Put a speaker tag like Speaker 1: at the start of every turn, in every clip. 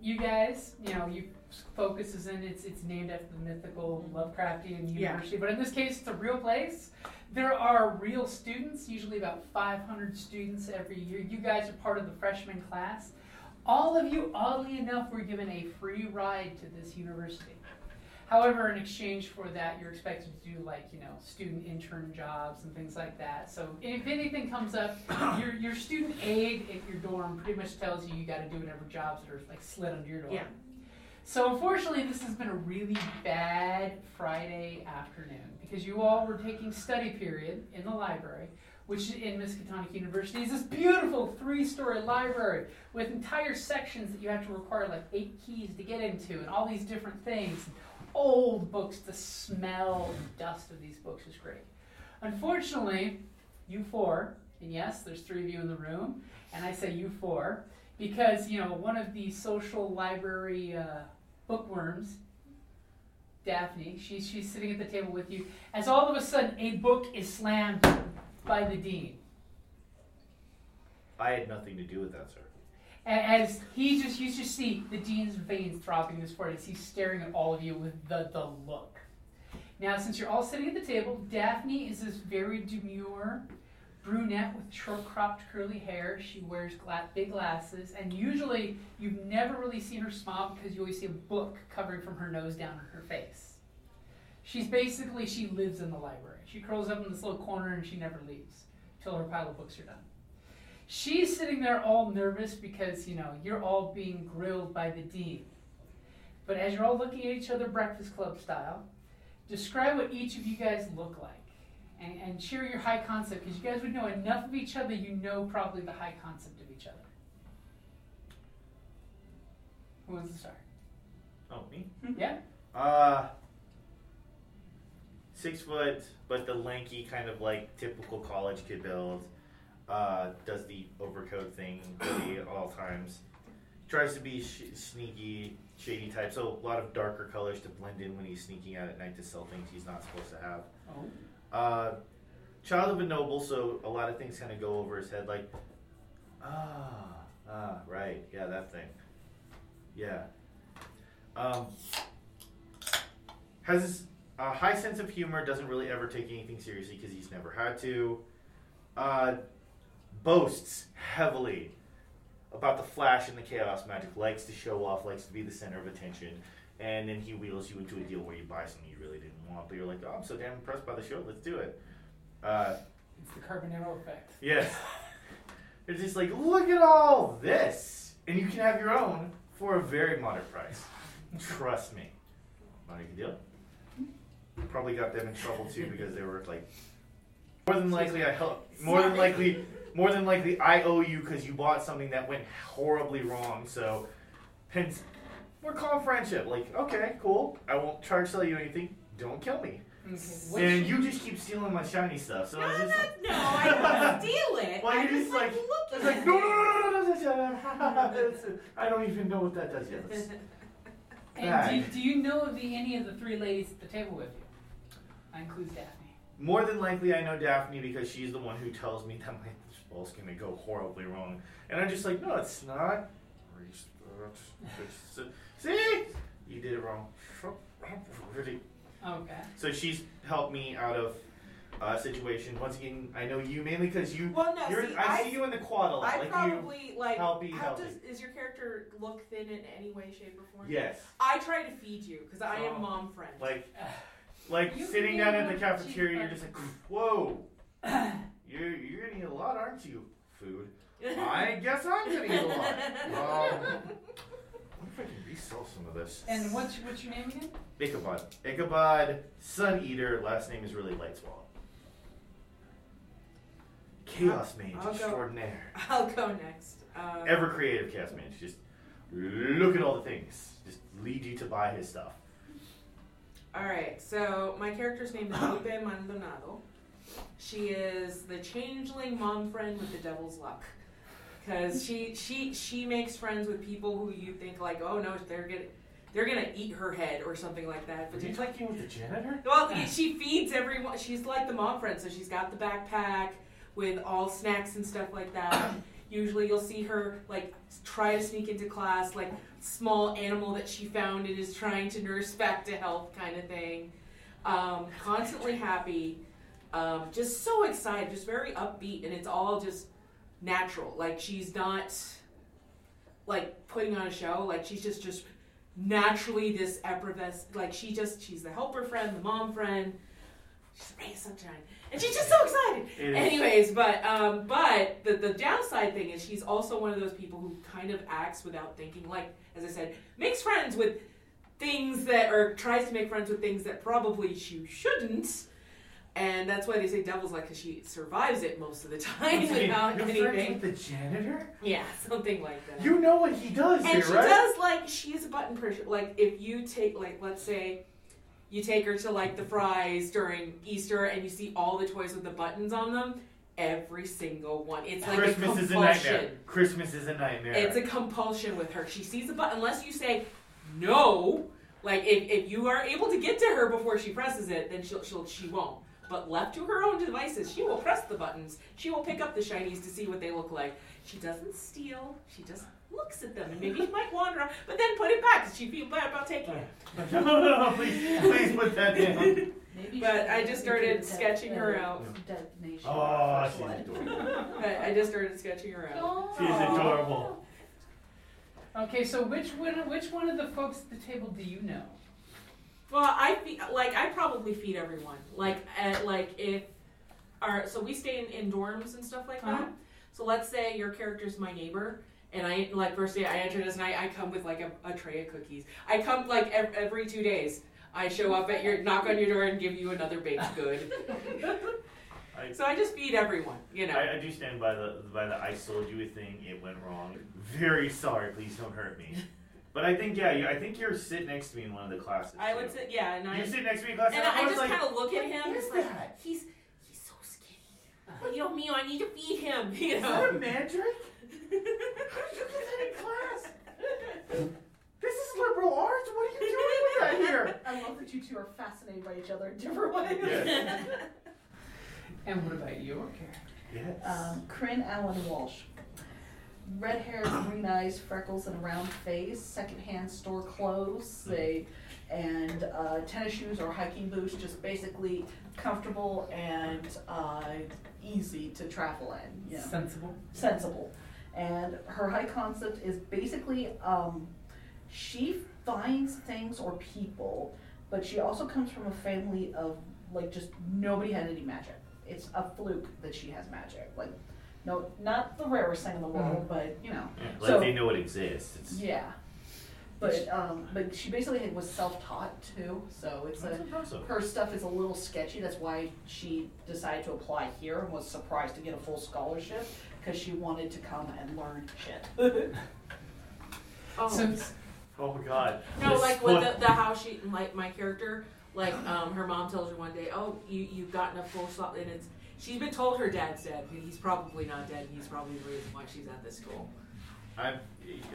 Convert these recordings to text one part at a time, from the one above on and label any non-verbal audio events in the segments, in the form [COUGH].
Speaker 1: you guys, you know, you focuses in it's it's named after the mythical Lovecraftian university, but in this case, it's a real place. There are real students, usually about 500 students every year. You guys are part of the freshman class. All of you, oddly enough, were given a free ride to this university. However, in exchange for that, you're expected to do like you know student intern jobs and things like that. So if anything comes up, [COUGHS] your your student aid at your dorm pretty much tells you you got to do whatever jobs that are like slid under your dorm.
Speaker 2: Yeah.
Speaker 1: So unfortunately, this has been a really bad Friday afternoon because you all were taking study period in the library. Which in Miskatonic University is this beautiful three-story library with entire sections that you have to require like eight keys to get into, and all these different things old books, the smell and dust of these books is great. Unfortunately, you four, and yes, there's three of you in the room, and I say you four because, you know, one of the social library uh, bookworms, Daphne, she, she's sitting at the table with you, as all of a sudden a book is slammed by the dean.
Speaker 3: I had nothing to do with that, sir.
Speaker 1: A- As he just, you just see the dean's veins throbbing this forward as he's staring at all of you with the, the look. Now, since you're all sitting at the table, Daphne is this very demure brunette with short cropped curly hair. She wears gla- big glasses, and usually you've never really seen her smile because you always see a book covering from her nose down to her face. She's basically, she lives in the library. She curls up in this little corner and she never leaves till her pile of books are done she's sitting there all nervous because you know you're all being grilled by the dean but as you're all looking at each other breakfast club style describe what each of you guys look like and, and share your high concept because you guys would know enough of each other you know probably the high concept of each other who wants to start
Speaker 3: Oh, me?
Speaker 1: yeah
Speaker 3: Uh, six foot, but the lanky kind of like typical college kid build. Uh, does the overcoat thing really at all times. Tries to be sh- sneaky, shady type. So a lot of darker colors to blend in when he's sneaking out at night to sell things he's not supposed to have.
Speaker 1: oh
Speaker 3: Uh, child of a noble, so a lot of things kind of go over his head, like, ah, ah, right, yeah, that thing, yeah. Um, has this, a high sense of humor, doesn't really ever take anything seriously because he's never had to. Uh, boasts heavily about the flash and the chaos magic, likes to show off, likes to be the center of attention, and then he wheels you into a deal where you buy something you really didn't want, but you're like, oh, I'm so damn impressed by the show, let's do it. Uh,
Speaker 1: it's the carbonero effect
Speaker 3: yes. It's just like, look at all this! And you can have your own for a very moderate price. Trust me. Not a good deal. Probably got them in trouble too because they were like, more than likely I helped. More than likely, more than likely I owe you because you bought something that went horribly wrong. So, hence, we're calling friendship. Like, okay, cool. I won't charge sell you anything. Don't kill me.
Speaker 1: okay, what
Speaker 3: And
Speaker 1: she-
Speaker 3: you just keep stealing my shiny stuff. So
Speaker 2: No,
Speaker 3: I was
Speaker 2: no,
Speaker 3: just like,
Speaker 2: no, I didn't steal it.
Speaker 3: Well,
Speaker 2: I
Speaker 3: you're
Speaker 2: just
Speaker 3: just
Speaker 2: like,
Speaker 3: like-
Speaker 2: looking
Speaker 3: it's
Speaker 2: at
Speaker 3: like, no,
Speaker 2: it.
Speaker 3: no, no, no, no, no, no, no. I don't even know what that does yet. Let's-
Speaker 1: and do, do you know of the, any of the three ladies at the table with you i include daphne
Speaker 3: More than likely, I know Daphne because she's the one who tells me that my spell's gonna go horribly wrong. And I'm just like, no, it's not. See? You did it wrong. Really?
Speaker 4: Okay.
Speaker 3: So she's helped me out of uh, situation. Once again, I know you mainly because you.
Speaker 5: Well, no,
Speaker 3: you're,
Speaker 5: see,
Speaker 3: I,
Speaker 5: I-
Speaker 3: see you in the quad a lot.
Speaker 5: I
Speaker 3: like you.
Speaker 5: probably like.
Speaker 3: helpy,
Speaker 5: how
Speaker 3: helpy.
Speaker 5: does is your character look thin in any way, shape, or form?
Speaker 3: Yes.
Speaker 5: I try to feed you because I
Speaker 3: Oh.
Speaker 5: am mom friend. [LAUGHS]
Speaker 3: Like, like
Speaker 4: You
Speaker 3: sitting
Speaker 4: can
Speaker 3: down
Speaker 4: be
Speaker 3: at
Speaker 4: a
Speaker 3: the
Speaker 4: little
Speaker 3: cafeteria, you're just like, whoa, you're you're gonna eat a lot, aren't you? Food. I guess I'm gonna eat a lot. Um, what if I can resell some of this?
Speaker 4: And what's what's your name again?
Speaker 3: Ichabod. Ichabod, Sun Eater. Last name is really Lightswallow. Chaos Mage
Speaker 5: I'll go-
Speaker 3: extraordinaire.
Speaker 5: I'll go next. Um,
Speaker 3: ever creative cast mage. Just look at all the things. Just lead you to buy his stuff.
Speaker 5: All right, so my character's name is Lupe Maldonado. She is the changeling mom friend with the devil's luck, because she she she makes friends with people who you think like, oh no, they're gonna they're gonna eat her head or something like that. But she's like,
Speaker 3: talking with the janitor?
Speaker 5: well, she feeds everyone. She's like the mom friend, so she's got the backpack with all snacks and stuff like that. Usually, you'll see her like try to sneak into class, like small animal that she found and is trying to nurse back to health, kind of thing. Um, constantly happy, um, just so excited, just very upbeat, and it's all just natural. Like she's not like putting on a show. Like she's just just naturally this effervescent. Like she just she's the helper friend, the mom friend. She's a ray of sunshine, and she's just so excited.
Speaker 3: It is.
Speaker 5: Anyways, but um, but the the downside thing is she's also one of those people who kind of acts without thinking. Like as I said, makes friends with things that or tries to make friends with things that probably she shouldn't. And that's why they say devil's like because she survives it most of the [LAUGHS] time without
Speaker 3: You're
Speaker 5: anything.
Speaker 3: friends with the janitor?
Speaker 5: Yeah, something like that.
Speaker 3: You know what he does
Speaker 5: and
Speaker 3: here,
Speaker 5: she
Speaker 3: right?
Speaker 5: does like she is a button pusher. Like if you take like let's say you take her to like the fries during Easter and you see all the toys with the buttons on them, every single one. It's like
Speaker 3: Christmas
Speaker 5: a
Speaker 3: is a
Speaker 5: compulsion.
Speaker 3: nightmare. Christmas is a nightmare.
Speaker 5: It's a compulsion with her. She sees a button unless you say no. Like if, if you are able to get to her before she presses it, then she'll, she'll she won't. But left to her own devices, she will press the buttons. She will pick up the shinies to see what they look like. She doesn't steal. She just looks at them and maybe might wander, on, but then put it back because she feels bad about taking it.
Speaker 3: [LAUGHS] no, no, no, please, please put that
Speaker 5: [LAUGHS]
Speaker 3: down.
Speaker 6: Maybe
Speaker 5: But
Speaker 6: she-
Speaker 5: I just started
Speaker 6: Def-
Speaker 5: sketching her
Speaker 6: uh,
Speaker 5: out.
Speaker 6: Defamation.
Speaker 3: Oh,
Speaker 6: First
Speaker 3: she's
Speaker 6: one.
Speaker 3: adorable.
Speaker 5: But I just started sketching her out.
Speaker 3: She's
Speaker 5: Aw.
Speaker 3: adorable.
Speaker 4: Okay, so which one which one of the folks at the table do you know?
Speaker 5: Well, I feed, like I probably feed everyone. Like at, like if our so we stay in, in dorms and stuff like
Speaker 4: Uh-huh.
Speaker 5: that. So let's say your character's my neighbor, and I like first day I enter this night. I come with like a, a tray of cookies. I come like ev- every two days. I show up at your knock on your door and give you another baked good.
Speaker 3: [LAUGHS] I-
Speaker 5: so I just feed everyone, you know.
Speaker 3: I, I do stand by the by the I sold you a thing. It went wrong. Very sorry. Please don't hurt me. But I think yeah, you, I think you're sit next to me in one of the classes.
Speaker 5: I, would
Speaker 3: too.
Speaker 5: say yeah, and I
Speaker 3: You sit next to me in class,
Speaker 5: and
Speaker 3: and
Speaker 5: I,
Speaker 3: was
Speaker 5: just
Speaker 3: like,
Speaker 5: kind of look at him.
Speaker 3: "What is
Speaker 5: it's like,
Speaker 3: that?
Speaker 5: He's he's so skinny. Yo, Mio, I need to feed him. [LAUGHS] You
Speaker 3: Is [LAUGHS] that a
Speaker 5: know.
Speaker 3: mandrake? How did you get that in class? This is liberal arts. What are you
Speaker 5: [LAUGHS]
Speaker 3: doing with that here?
Speaker 6: I love that you two are fascinated by each other in different ways.
Speaker 3: Yes.
Speaker 4: And what about your character?
Speaker 3: Yes.
Speaker 6: Um, Corinne Allen Walsh. Red hair, green eyes, freckles, and a round face. Secondhand store clothes. They and uh, tennis shoes or hiking boots. Just basically comfortable and uh, easy to travel in. You know.
Speaker 4: Sensible.
Speaker 6: sensible. And her high concept is basically um, she finds things or people, but she also comes from a family of like just nobody had any magic. It's a fluke that she has magic. Like, no, not the rarest thing in the world, but you know,
Speaker 3: Yeah, like
Speaker 6: so-
Speaker 3: they know it exists. It's,
Speaker 6: yeah. But um, but she basically was self-taught too, so it's
Speaker 3: That's
Speaker 6: a
Speaker 3: impressive.
Speaker 6: her stuff is a little sketchy. That's why she decided to apply here and was surprised to get a full scholarship because she wanted to come and learn shit.
Speaker 5: Oh.
Speaker 4: So
Speaker 3: Oh my god.
Speaker 5: No,
Speaker 3: This
Speaker 5: like
Speaker 3: one-
Speaker 5: with the, the how she like my character,
Speaker 3: [SIGHS]
Speaker 5: like um, her mom tells her one day, "Oh, you you've gotten a full stop," and it's she's been told her dad's dead. and He's probably not dead. He's probably the reason why she's at this school.
Speaker 3: I'm,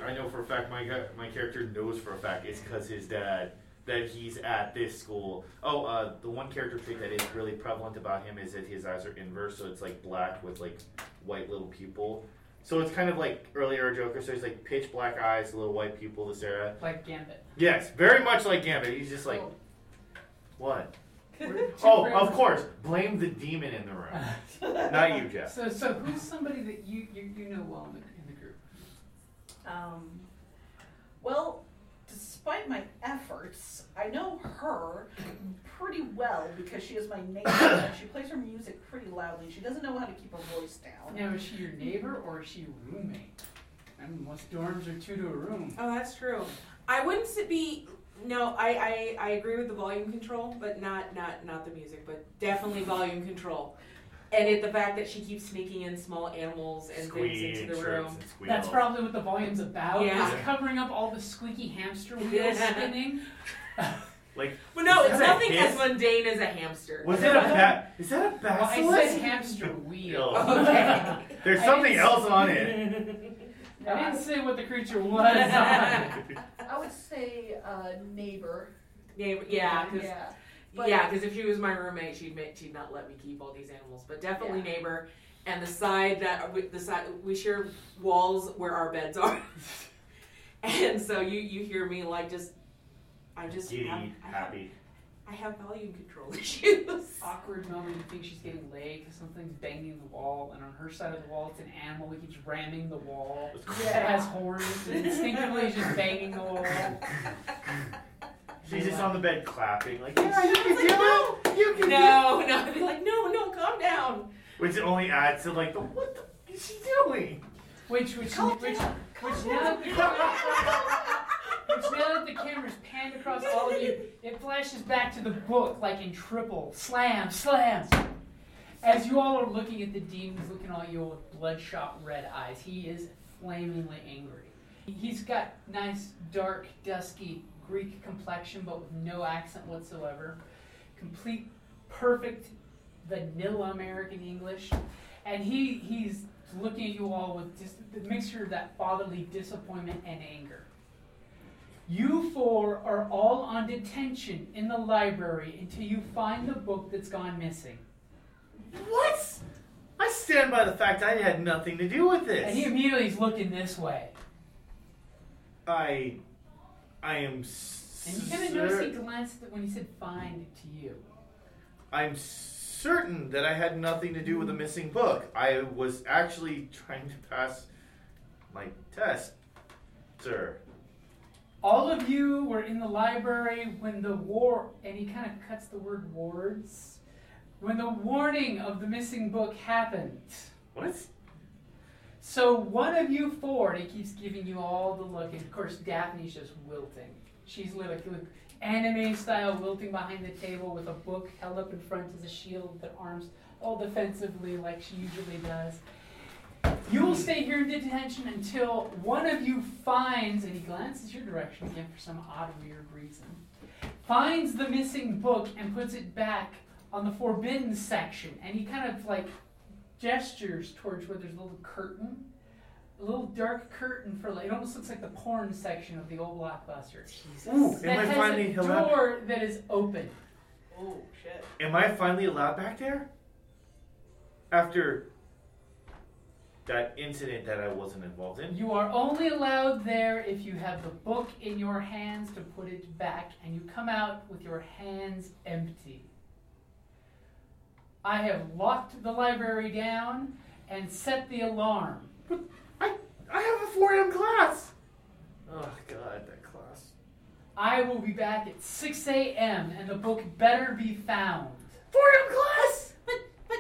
Speaker 3: I know for a fact my guy- my character knows for a fact it's because his dad that he's at this school. Oh, uh, the one character trait that is really prevalent about him is that his eyes are inverse, so it's like black with like white little pupil. So it's kind of like earlier Joker. So he's like pitch black eyes, little white pupil. This era.
Speaker 4: like Gambit.
Speaker 5: Oh.
Speaker 3: Yes, very much like Gambit. He's just like What?
Speaker 1: We're too
Speaker 3: Oh,
Speaker 1: friendly.
Speaker 3: of course. Blame the demon in the room.
Speaker 5: [LAUGHS]
Speaker 3: Not you, Jeff.
Speaker 1: So, so who's somebody that you, you, you know well in the, in the group?
Speaker 6: Um, well, despite my efforts, I know her pretty well because she is my neighbor and she plays her music pretty loudly. She doesn't know how to keep her voice down.
Speaker 1: Now, is she your neighbor or is she your roommate? I mean, most dorms are two to a room.
Speaker 5: Oh, that's true. I wouldn't s- be. No, I, I, I agree with the volume control, but not not not the music, but definitely volume control. And it, the fact that she keeps sneaking in small animals and things
Speaker 3: Squeak,
Speaker 5: into the
Speaker 3: chirps,
Speaker 5: room.
Speaker 3: and squeal.
Speaker 1: That's probably what the volume's about.
Speaker 5: Yeah.
Speaker 1: It's covering up all the squeaky hamster wheels
Speaker 5: Yeah.
Speaker 1: spinning.
Speaker 3: Like,
Speaker 5: But no,
Speaker 3: Is
Speaker 5: it's
Speaker 3: that a
Speaker 5: nothing as
Speaker 3: hiss?
Speaker 5: mundane as a hamster.
Speaker 3: was it a bat? Is that a
Speaker 1: Well,
Speaker 3: basilisk?
Speaker 1: I said hamster wheel.
Speaker 3: Oh. There's
Speaker 1: I
Speaker 3: something
Speaker 1: didn't-
Speaker 3: else on it.
Speaker 1: [LAUGHS] I didn't say what the creature was.
Speaker 6: I would say uh, neighbor.
Speaker 5: Yeah, yeah, because
Speaker 6: yeah. But-
Speaker 5: yeah, 'cause if she was my roommate, she'd make, she'd not let me keep all these animals. But definitely
Speaker 6: Yeah.
Speaker 5: neighbor, and the side that uh, we, the side we share walls where our beds are, [LAUGHS] and so you you hear me like just I just
Speaker 3: Giddy,
Speaker 5: have, I have
Speaker 3: happy.
Speaker 5: I have volume control [LAUGHS] issues.
Speaker 1: Awkward moment. You think she's getting laid because something's banging the wall, and on her side of the wall, it's an animal that keeps ramming the wall. It has horns, and instinctively it's just banging the wall.
Speaker 3: She's just on the bed clapping, like, yeah, you can do it. You can do it.
Speaker 5: No, no, I'd be like, no, no, calm down.
Speaker 3: Which only adds to, like, the what the is she doing?
Speaker 1: Which, which, which, which now, that the which now that the camera's panned across all of you, it flashes back to the book like in triple slam, slam. As you all are looking at the dean, he's looking at you all with bloodshot red eyes. He is flamingly angry. He's got nice, dark, dusky Greek complexion, but with no accent whatsoever. Complete, perfect vanilla American English, and he he's looking at you all with just the mixture of that fatherly disappointment and anger. You four are all on detention in the library until you find the book that's gone missing.
Speaker 3: What? I stand by the fact I had nothing to do with
Speaker 1: And he
Speaker 3: this.
Speaker 1: immediately is looking this way.
Speaker 3: I, I am. s-
Speaker 1: And you kind of notice he
Speaker 3: cer-
Speaker 1: glanced at when he said find to you.
Speaker 3: I'm certain that I had nothing to do
Speaker 1: Mm-hmm.
Speaker 3: with the missing book. I was actually trying to pass my test, sir.
Speaker 1: All of you were in the library when the war, and he kind of cuts the word wards, when the warning of the missing book happened.
Speaker 3: What?
Speaker 1: So one of you four, and he keeps giving you all the look, and of course Daphne's just wilting. She's like, like anime style wilting behind the table with a book held up in front as a shield that arms all defensively like she usually does. You will stay here in detention until one of you finds, and he glances your direction again for some odd weird reason, finds the missing book and puts it back on the forbidden section, and he kind of like gestures towards where there's a little curtain, a little dark curtain for like it almost looks like the porn section of the old blockbuster.
Speaker 3: Ooh, am
Speaker 1: that
Speaker 3: I
Speaker 1: has
Speaker 3: finally
Speaker 1: a
Speaker 3: allowed?
Speaker 1: door that is open.
Speaker 5: Oh shit.
Speaker 3: Am I finally allowed back there? After that incident that I wasn't involved in.
Speaker 1: You are only allowed there if you have the book in your hands to put it back, and you come out with your hands empty. I have locked the library down and set the alarm.
Speaker 3: I I have a 4 a.m. class. Oh God, that class.
Speaker 1: I will be back at 6 a.m., and the book better be found.
Speaker 3: 4 a.m. class.
Speaker 5: But but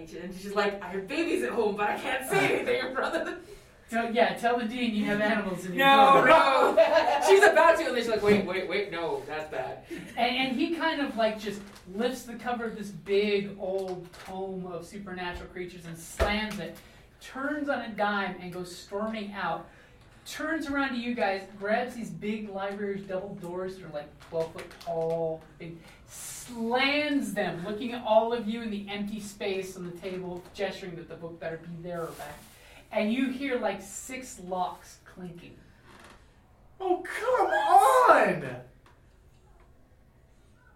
Speaker 5: and she- and she's like, I have babies at home, but I can't say [LAUGHS] anything in front of them.
Speaker 1: Tell, yeah, tell the dean you have animals in your
Speaker 5: No,
Speaker 1: building.
Speaker 5: no. [LAUGHS] she's about to, and then she's like, wait, wait, wait, no, that's bad.
Speaker 1: And, and he kind of like just lifts the cover of this big old tome of supernatural creatures and slams it, turns on a dime and goes storming out. Turns around to you guys, grabs these big library's double doors that are like 12 foot tall, big, slams them, looking at all of you in the empty space on the table, gesturing that the book better be there or back. And you hear like six locks clinking.
Speaker 3: Oh come on.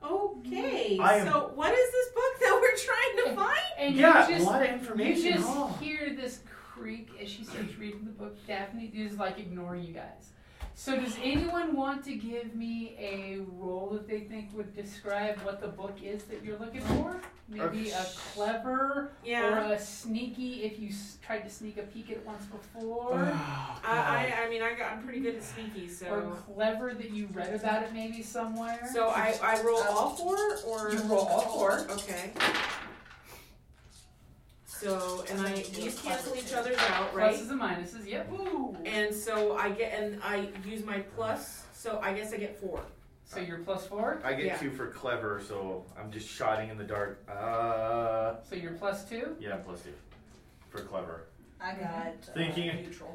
Speaker 5: Okay,
Speaker 3: I am-
Speaker 5: so what is this book that we're trying to find?
Speaker 1: And
Speaker 3: yeah,
Speaker 1: you just,
Speaker 3: a lot of
Speaker 1: You
Speaker 3: information.
Speaker 1: just
Speaker 3: Oh.
Speaker 1: hear this creak as she starts reading the book. Daphne is like ignoring you guys. So does anyone want to give me a role that they think would describe what the book is that you're looking for? Maybe a clever
Speaker 5: Yeah.
Speaker 1: or a sneaky if you s- tried to sneak a peek at it once before.
Speaker 3: Oh,
Speaker 5: I, I, I mean, I got, I'm pretty good at sneaky,
Speaker 1: Or
Speaker 5: so.
Speaker 1: clever that you read about it maybe somewhere.
Speaker 5: So I, I roll all four, or?
Speaker 1: you roll all four.
Speaker 5: Okay. So, and I, these cancel each other's out, right?
Speaker 1: Pluses and minuses. Yep. Ooh.
Speaker 5: And so I get, and I use my plus, so I guess I get four.
Speaker 1: So you're plus four.
Speaker 3: I get
Speaker 5: Yeah.
Speaker 3: two for clever, so I'm just shotting in the dark. Uh,
Speaker 1: So you're plus two.
Speaker 3: yeah, plus two for clever.
Speaker 6: [LAUGHS] I got
Speaker 3: Thinking.
Speaker 6: uh, neutral.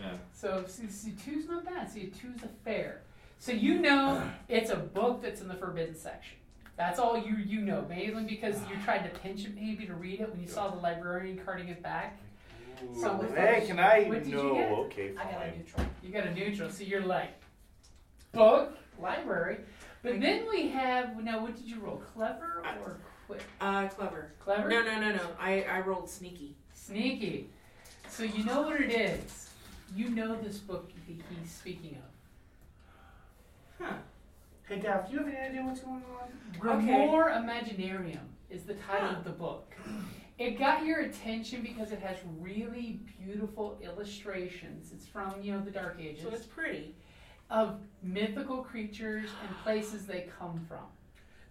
Speaker 3: Yeah.
Speaker 1: So see, see, two's not bad. See, two's a fair. So you know it's a book that's in the forbidden section. That's all you you know, mainly because you tried to pinch it maybe to read it when you saw the librarian carting it back. So
Speaker 3: Ooh,
Speaker 1: what-
Speaker 3: hey, can I
Speaker 1: what did you
Speaker 3: know?
Speaker 1: get?
Speaker 3: Okay,
Speaker 6: I got a
Speaker 3: fine.
Speaker 6: neutral.
Speaker 1: You got a neutral, so you're like book library. But then we have now. What did you roll? Clever or quick?
Speaker 5: Uh, clever.
Speaker 1: Clever.
Speaker 5: No, no, no, no. I, I rolled sneaky.
Speaker 1: Sneaky. So you know what it is. You know this book that he's speaking of.
Speaker 3: Hey, Daph, do you have any idea what's going on?
Speaker 1: Grimoire Imaginarium is the title of the book. It got your attention because it has really beautiful illustrations. It's from, you know, the Dark Ages
Speaker 5: So it's pretty.
Speaker 1: of mythical creatures and places they come from.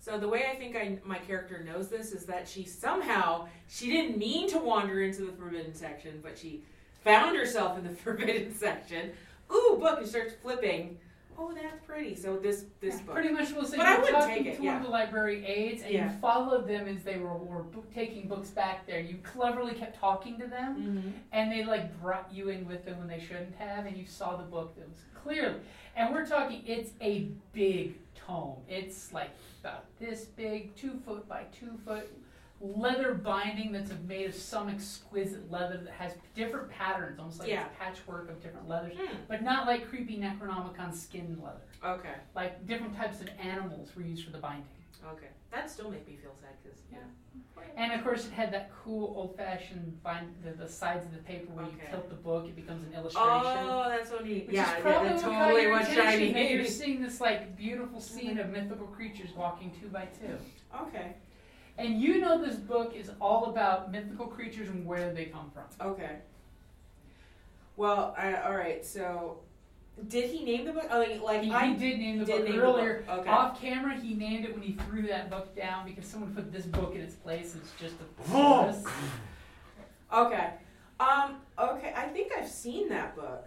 Speaker 5: So the way I think I, my character knows this is that she somehow she didn't mean to wander into the forbidden section, but she found herself in the [LAUGHS] forbidden section. Ooh, book! And starts flipping. Oh, that's pretty. So this this book.
Speaker 1: Pretty much, we'll say
Speaker 5: But I
Speaker 1: you're
Speaker 5: would
Speaker 1: talking
Speaker 5: take it,
Speaker 1: to one
Speaker 5: yeah.
Speaker 1: of the library aides, and
Speaker 5: Yeah.
Speaker 1: you followed them as they were, were b- taking books back there. You cleverly kept talking to them,
Speaker 5: Mhm.
Speaker 1: and they like brought you in with them when they shouldn't have, and you saw the book that was clearly. And we're talking, it's a big tome. It's like about this big, two foot by two foot, leather binding that's made of some exquisite leather that has different patterns, almost like
Speaker 5: Yeah.
Speaker 1: it's patchwork of different leathers,
Speaker 5: Hmm.
Speaker 1: but not like creepy Necronomicon skin leather.
Speaker 5: Okay.
Speaker 1: Like different types of animals were used for the binding.
Speaker 5: Okay. That still make me feel sad because yeah.
Speaker 1: And of course, it had that cool old fashioned bind, the, the sides of the paper where
Speaker 5: Okay.
Speaker 1: you tilt the book, it becomes an illustration.
Speaker 5: Oh, that's so neat.
Speaker 1: Which is
Speaker 5: yeah, yeah,
Speaker 1: probably
Speaker 5: that
Speaker 1: what got
Speaker 5: totally
Speaker 1: your
Speaker 5: was shiny.
Speaker 1: attention. that You're seeing this like beautiful scene of mythical creatures walking two by two,
Speaker 5: Okay.
Speaker 1: and you know this book is all about mythical creatures and where they come from.
Speaker 5: Okay. Well, I, all right. So, did he name the book? Oh, like, like
Speaker 1: He,
Speaker 5: I
Speaker 1: he did name the
Speaker 5: did
Speaker 1: book
Speaker 5: name the book.
Speaker 1: earlier.
Speaker 5: Okay.
Speaker 1: Off camera, he named it when he threw that book down because someone put this book in its place. It's just a
Speaker 3: Oh.
Speaker 1: thesaurus.
Speaker 5: Okay. Um, okay, I think I've seen that book.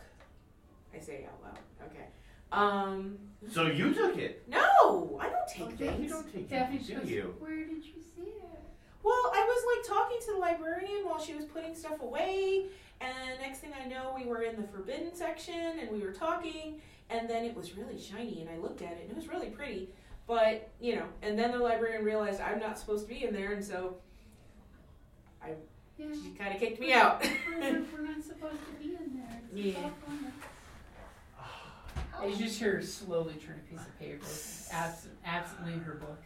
Speaker 5: I say it out loud. Okay. Um,
Speaker 3: So you took it.
Speaker 5: no, I don't take
Speaker 3: you
Speaker 5: things.
Speaker 3: don't take
Speaker 1: Daphne
Speaker 3: it, do
Speaker 1: goes,
Speaker 3: you?
Speaker 7: Where did you see it?
Speaker 5: Well, I was like talking to the librarian while she was putting stuff away, and next thing I know, we were in the forbidden section and we were talking, and then it was really shiny, and I looked at it and it was really pretty, but you know, and then the librarian realized I'm not supposed to be in there, and so
Speaker 7: Yeah.
Speaker 5: she kind of kicked me out. [LAUGHS]
Speaker 7: We're, we're not supposed to be in there. It's
Speaker 5: Yeah.
Speaker 7: off limits.
Speaker 1: And you
Speaker 7: How,
Speaker 1: just hear her slowly turn a piece of paper, absent, absently in her book.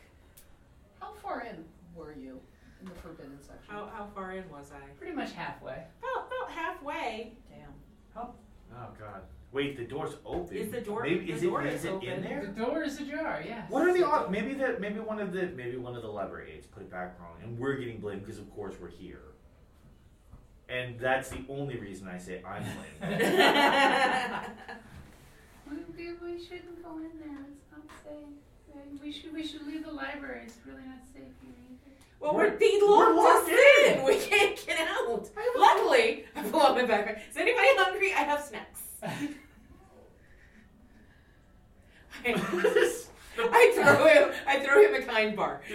Speaker 6: How far in were you in the forbidden section?
Speaker 5: how, how far in was I?
Speaker 1: Pretty much halfway.
Speaker 5: About, about halfway.
Speaker 6: Damn.
Speaker 3: Oh God. Wait, the door's open.
Speaker 5: Is the door-
Speaker 3: Maybe
Speaker 5: the
Speaker 3: is
Speaker 5: door
Speaker 3: it
Speaker 5: is
Speaker 3: is it in
Speaker 5: open.
Speaker 1: The
Speaker 3: there?
Speaker 1: door is ajar, yes.
Speaker 3: What are the odds? Maybe that maybe one of the maybe one of the library aides put it back wrong, and we're getting blamed because of course we're here. And that's the only reason I say I'm blamed.
Speaker 7: we, we, we shouldn't go in there. It's not safe. Uh, We should we should leave the library. It's really not safe here either.
Speaker 5: well,
Speaker 3: We're-
Speaker 5: we're, being
Speaker 3: we're
Speaker 5: locked,
Speaker 3: locked
Speaker 5: us
Speaker 3: in.
Speaker 5: in. We can't get out. Luckily, I pull out my backpack. Is anybody hungry? I have snacks. I
Speaker 3: [LAUGHS]
Speaker 5: [LAUGHS] throw him. I throw him a kind bar. [LAUGHS]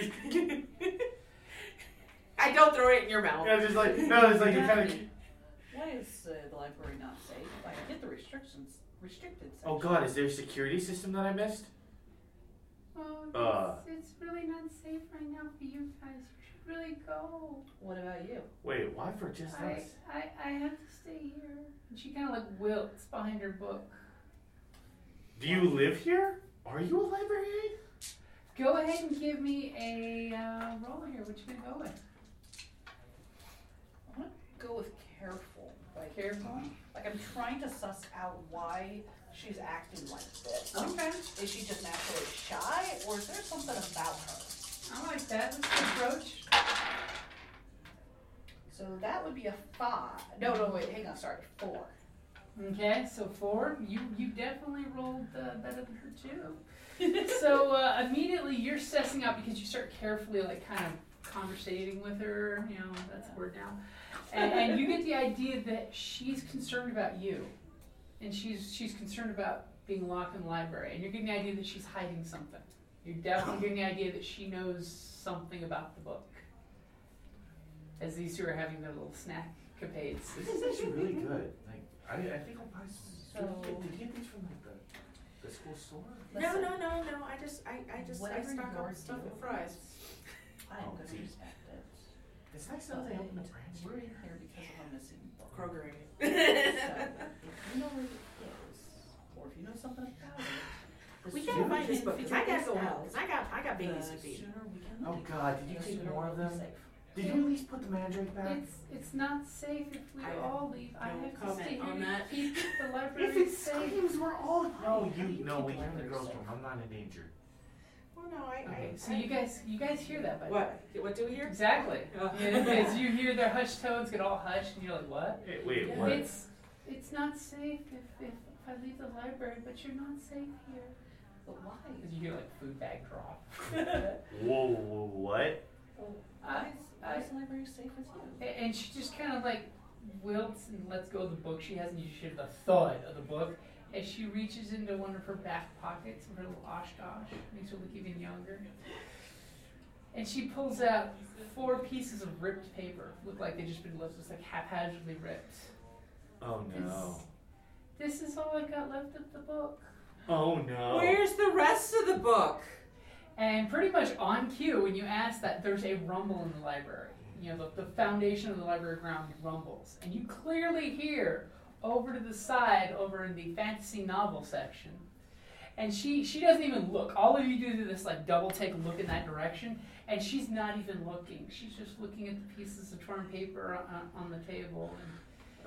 Speaker 5: I don't throw it in your mouth.
Speaker 3: yeah, just like no, it's like it kind of.
Speaker 6: Why is uh, the library not safe? Like, I get the restrictions, restricted section.
Speaker 3: Oh God, is there a security system that I missed?
Speaker 7: Oh,
Speaker 3: Uh.
Speaker 7: it's, it's really not safe right now for you guys. You should really go.
Speaker 6: What about you?
Speaker 3: Wait, why for just
Speaker 7: I,
Speaker 3: us?
Speaker 7: I I have to stay here.
Speaker 1: And she kind of like wilts behind her book.
Speaker 3: Do you live here? Are you a library aide?
Speaker 1: Go ahead and give me a uh, roll here. What you gonna go with?
Speaker 6: I want to go with careful. Like,
Speaker 1: Careful.
Speaker 6: like I'm trying to suss out why she's acting like this.
Speaker 1: Okay.
Speaker 6: Is she just naturally shy, or is there something about her?
Speaker 8: I like that. That's the approach.
Speaker 6: So that would be a five. No, no, wait, hang on, sorry, four.
Speaker 1: Okay, so four, you you definitely rolled uh, better than her too. so uh, immediately you're sussing out because you start carefully like kind of conversating with her. You know that's a word now, and, and you get the idea that she's concerned about you, and she's she's concerned about being locked in the library, and you're getting the idea that she's hiding something. You're definitely getting the idea that she knows something about the book. As these two are having their little snack capades.
Speaker 3: This is actually really good. Like, I, I think I'll buy some.
Speaker 6: So-
Speaker 3: did, you get these from like the, the school store?
Speaker 5: No,
Speaker 6: Listen,
Speaker 5: no, no, no. I just, I, I just, I
Speaker 6: Whatever
Speaker 5: stock
Speaker 6: your
Speaker 5: up stuff
Speaker 6: deal
Speaker 5: with fries.
Speaker 6: I am
Speaker 3: Oh,
Speaker 6: gonna
Speaker 3: geez.
Speaker 6: respect it.
Speaker 3: It's nice to know they opened a branch. Where are you?
Speaker 6: Here because of a missing
Speaker 5: [LAUGHS]
Speaker 6: book.
Speaker 5: Kroger.
Speaker 6: So, if you know where it is, or if you know something about it. the
Speaker 5: [LAUGHS] we
Speaker 6: sooner
Speaker 5: gotta buy this
Speaker 6: can
Speaker 5: book because
Speaker 6: figure
Speaker 5: I gotta
Speaker 6: this
Speaker 5: go home
Speaker 6: out,
Speaker 5: because I got, I got
Speaker 6: the
Speaker 5: babies to feed.
Speaker 6: sooner we can
Speaker 3: Oh
Speaker 6: do it,
Speaker 3: God! Did you
Speaker 6: the
Speaker 3: take
Speaker 6: sooner
Speaker 3: more
Speaker 6: we'll
Speaker 3: of
Speaker 6: be
Speaker 3: them?
Speaker 6: safe.
Speaker 3: Did you at least put the mandrake back?
Speaker 8: It's it's not safe if we
Speaker 5: I have
Speaker 8: all leave. I
Speaker 5: no
Speaker 8: have to
Speaker 5: comment
Speaker 8: stay here
Speaker 5: on
Speaker 8: to
Speaker 5: that.
Speaker 8: keep the
Speaker 5: [LAUGHS]
Speaker 3: If
Speaker 8: library
Speaker 3: it
Speaker 8: safe.
Speaker 3: screams, we're all. No, you.
Speaker 6: you
Speaker 3: No,
Speaker 6: keep
Speaker 3: we
Speaker 6: the
Speaker 3: have the
Speaker 6: library
Speaker 3: girls'
Speaker 6: safe?
Speaker 3: room. I'm not in danger.
Speaker 5: Well, no, I,
Speaker 1: Okay,
Speaker 5: I.
Speaker 1: so
Speaker 5: I-
Speaker 1: you guys, you guys hear that, by the way.
Speaker 5: What? What do we hear?
Speaker 1: Exactly.
Speaker 5: Oh.
Speaker 1: Yeah, because
Speaker 5: [LAUGHS]
Speaker 1: you hear their hushed tones get all hushed, and you're like, "What?"
Speaker 3: Wait, wait,
Speaker 5: Yeah.
Speaker 3: what?
Speaker 8: It's it's not safe if, if I leave the library, but you're not safe here.
Speaker 6: But why?
Speaker 1: Because you hear like food bag drop.
Speaker 3: Whoa, whoa, what?
Speaker 6: Why
Speaker 1: Uh,
Speaker 6: is, why is the library safe with you?
Speaker 1: a- and she just kind of like wilts and lets go of the book she has, and you hear the thud of the book as she reaches into one of her back pockets of her little Oshkosh, makes her look even younger. And she pulls out four pieces of ripped paper, look like they just been left just like haphazardly ripped.
Speaker 3: Oh no.
Speaker 8: It's- This is all I got left of the book.
Speaker 3: Oh no.
Speaker 5: Where's the rest of the book?
Speaker 1: And pretty much on cue, when you ask that, there's a rumble in the library. You know, the, the foundation of the library ground rumbles. And you clearly hear over to the side, over in the fantasy novel section. And she, she doesn't even look. All of you do this like double take look in that direction, and she's not even looking. She's just looking at the pieces of torn paper on, on the table,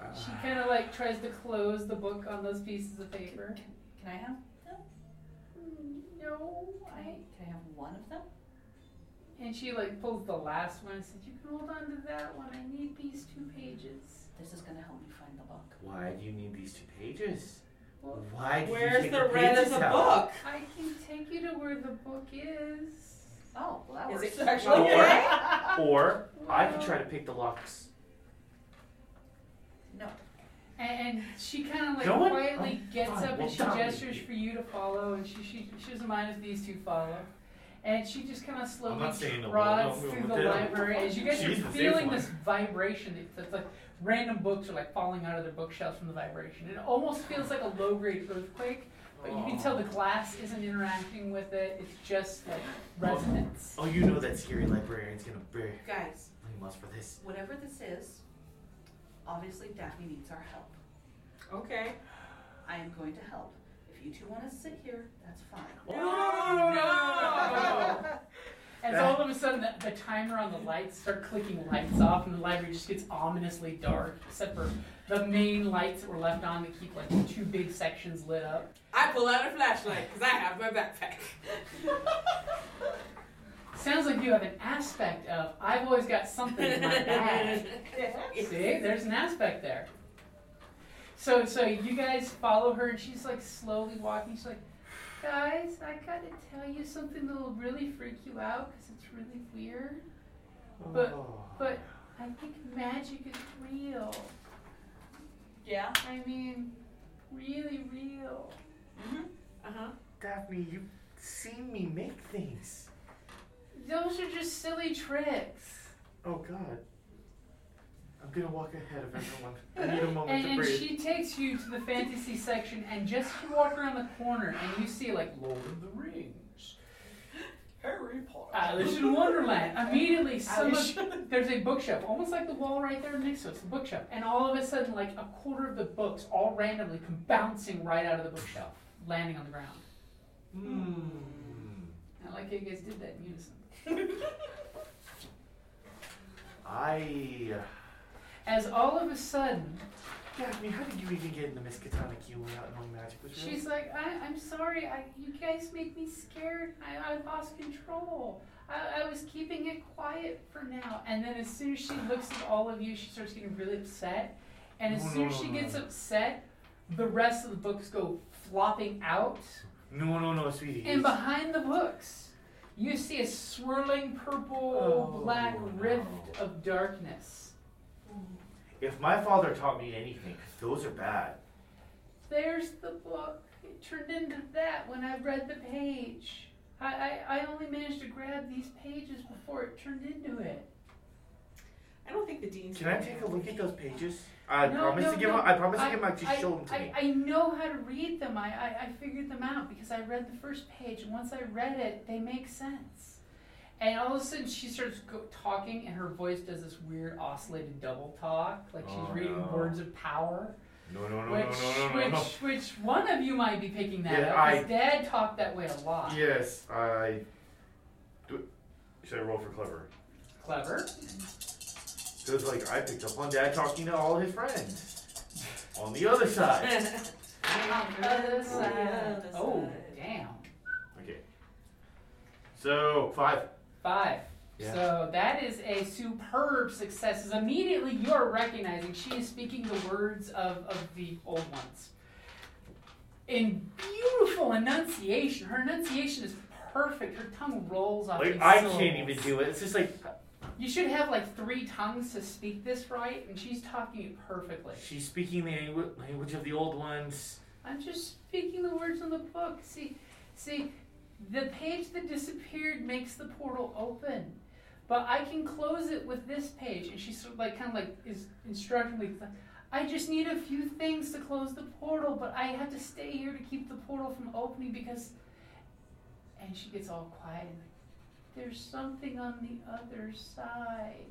Speaker 1: and she kind of like tries to close the book on those pieces of paper.
Speaker 6: Can I have,
Speaker 8: Mm, No, I.
Speaker 6: can I have one of them?
Speaker 1: And she like pulls the last one and says, "You can hold on to that one. I need these two pages."
Speaker 6: This is gonna help me find the book.
Speaker 3: Why do you need these two pages?
Speaker 8: Well,
Speaker 3: Why did you
Speaker 5: Where's
Speaker 3: take
Speaker 5: the rest
Speaker 3: pages
Speaker 5: of the
Speaker 3: out?
Speaker 5: book?
Speaker 8: I can take you to where the book is.
Speaker 6: Oh, well, that
Speaker 5: Is
Speaker 6: works.
Speaker 5: it actually
Speaker 3: Or, or I could try to pick the locks.
Speaker 6: No,
Speaker 1: And, and she kind of like
Speaker 3: Going?
Speaker 1: quietly gets
Speaker 3: Oh, fine,
Speaker 1: up
Speaker 3: well
Speaker 1: and she
Speaker 3: done.
Speaker 1: gestures for you to follow, and she she she doesn't mind if these two follow. And she just kind of slowly
Speaker 3: not saying the wall,
Speaker 1: rods
Speaker 3: don't move
Speaker 1: through
Speaker 3: with
Speaker 1: the
Speaker 3: them.
Speaker 1: library as you guys
Speaker 3: She's the
Speaker 1: are
Speaker 3: safe
Speaker 1: feeling
Speaker 3: one.
Speaker 1: this vibration. It's, it's like random books are like falling out of their bookshelves from the vibration. It almost feels like a low grade earthquake, but you can tell the glass isn't interacting with it. It's just like resonance.
Speaker 3: Oh, you know that scary librarian's gonna blame
Speaker 6: guys,
Speaker 3: us for this.
Speaker 6: whatever this is, obviously Daphne needs our help.
Speaker 5: Okay.
Speaker 6: I am going to help. If you two want to sit here, that's fine.
Speaker 3: No, no, no, no,
Speaker 1: no. As all of a sudden, the, the timer on the lights start clicking lights off, and the library just gets ominously dark, except for the main lights that were left on to keep like the two big sections lit up.
Speaker 5: I pull out a flashlight because I have my backpack.
Speaker 1: Sounds like you have an aspect of I've always got something in
Speaker 5: [LAUGHS]
Speaker 1: my bag. See, there's an aspect there. So, so you guys follow her, and she's like slowly walking. She's like,
Speaker 8: Guys, I gotta tell you something that'll really freak you out because it's really weird.
Speaker 3: Oh.
Speaker 8: But- But I think magic is real.
Speaker 6: Yeah.
Speaker 8: I mean, really real.
Speaker 5: Uh huh.
Speaker 3: Daphne, you've seen me make things.
Speaker 8: Those are just silly tricks.
Speaker 3: Oh God. I'm gonna walk ahead of everyone. I need a moment
Speaker 1: And,
Speaker 3: to
Speaker 1: and
Speaker 3: breathe.
Speaker 1: she takes you to the fantasy section, and just you walk around the corner, and you see like Lord of the Rings,
Speaker 6: Harry Potter.
Speaker 1: Alice in Wonderland. Immediately, some
Speaker 6: Alice. [LAUGHS]
Speaker 1: of, [LAUGHS] there's a bookshelf, almost like the wall right there next to us, the bookshelf, and all of a sudden, like a quarter of the books, all randomly, come bouncing right out of the bookshelf, landing on the ground. I like how you guys did that in unison.
Speaker 3: I.
Speaker 1: As all of a sudden,
Speaker 3: Daphne, how did you even get in the Miskatonic queue without knowing magic was real?
Speaker 1: She's like, I, I'm sorry, I, you guys make me scared. I, I lost control. I, I was keeping it quiet for now. And then as soon as she looks at all of you, she starts getting really upset. And as
Speaker 3: No,
Speaker 1: soon
Speaker 3: Oh, no,
Speaker 1: as she
Speaker 3: no, no,
Speaker 1: gets
Speaker 3: no.
Speaker 1: upset, the rest of the books go flopping out.
Speaker 3: No, no, no, sweetie.
Speaker 1: And
Speaker 3: it's-
Speaker 1: behind the books, you see a swirling purple
Speaker 3: Oh,
Speaker 1: black
Speaker 3: no.
Speaker 1: rift of darkness.
Speaker 3: If my father taught me anything, those are bad.
Speaker 1: There's the book. It turned into that when I read the page. I, I, I only managed to grab these pages before it turned into it.
Speaker 5: I don't think the dean's.
Speaker 3: Can I take a look at those pages? I
Speaker 1: No,
Speaker 3: promise
Speaker 1: no,
Speaker 3: to give
Speaker 1: no.
Speaker 3: them. I promise
Speaker 1: I-
Speaker 3: to give them. Just
Speaker 1: I,
Speaker 3: show them to
Speaker 1: I,
Speaker 3: me.
Speaker 1: I know how to read them. I, I, I figured them out because I read the first page. Once I read it, they make sense. And all of a sudden, she starts go- talking, and her voice does this weird oscillated double talk, like she's
Speaker 3: Oh,
Speaker 1: reading
Speaker 3: no.
Speaker 1: words of power.
Speaker 3: no, no, no,
Speaker 1: which,
Speaker 3: no, no, no, no,
Speaker 1: which,
Speaker 3: no.
Speaker 1: which one of you might be picking that
Speaker 3: Yeah,
Speaker 1: up?
Speaker 3: I-
Speaker 1: 'Cause Dad talked that way a lot.
Speaker 3: Yes, I. Do, should I roll for clever?
Speaker 1: Clever.
Speaker 3: Because like I picked up on Dad talking to all his friends. On the
Speaker 1: [LAUGHS]
Speaker 3: other side.
Speaker 1: Other
Speaker 5: side.
Speaker 1: Oh, damn.
Speaker 3: Okay. So five.
Speaker 1: Five.
Speaker 3: Yeah.
Speaker 1: So that is a superb success. Is immediately you are recognizing she is speaking the words of, of the old ones. In beautiful enunciation. Her enunciation is perfect. Her tongue rolls off.
Speaker 3: Like
Speaker 1: these
Speaker 3: I
Speaker 1: syllables.
Speaker 3: can't even do it. It's just like
Speaker 1: You should have like three tongues to speak this right, and she's talking it perfectly.
Speaker 3: she's speaking the langu- language of the old ones.
Speaker 1: I'm just speaking the words in the book. See, see, the page that disappeared makes the portal open, but I can close it with this page. And she's sort of like, kind of like, is instructing me. like, I just need a few things to close the portal, but I have to stay here to keep the portal from opening because. And she gets all quiet. And like, There's something on the other side.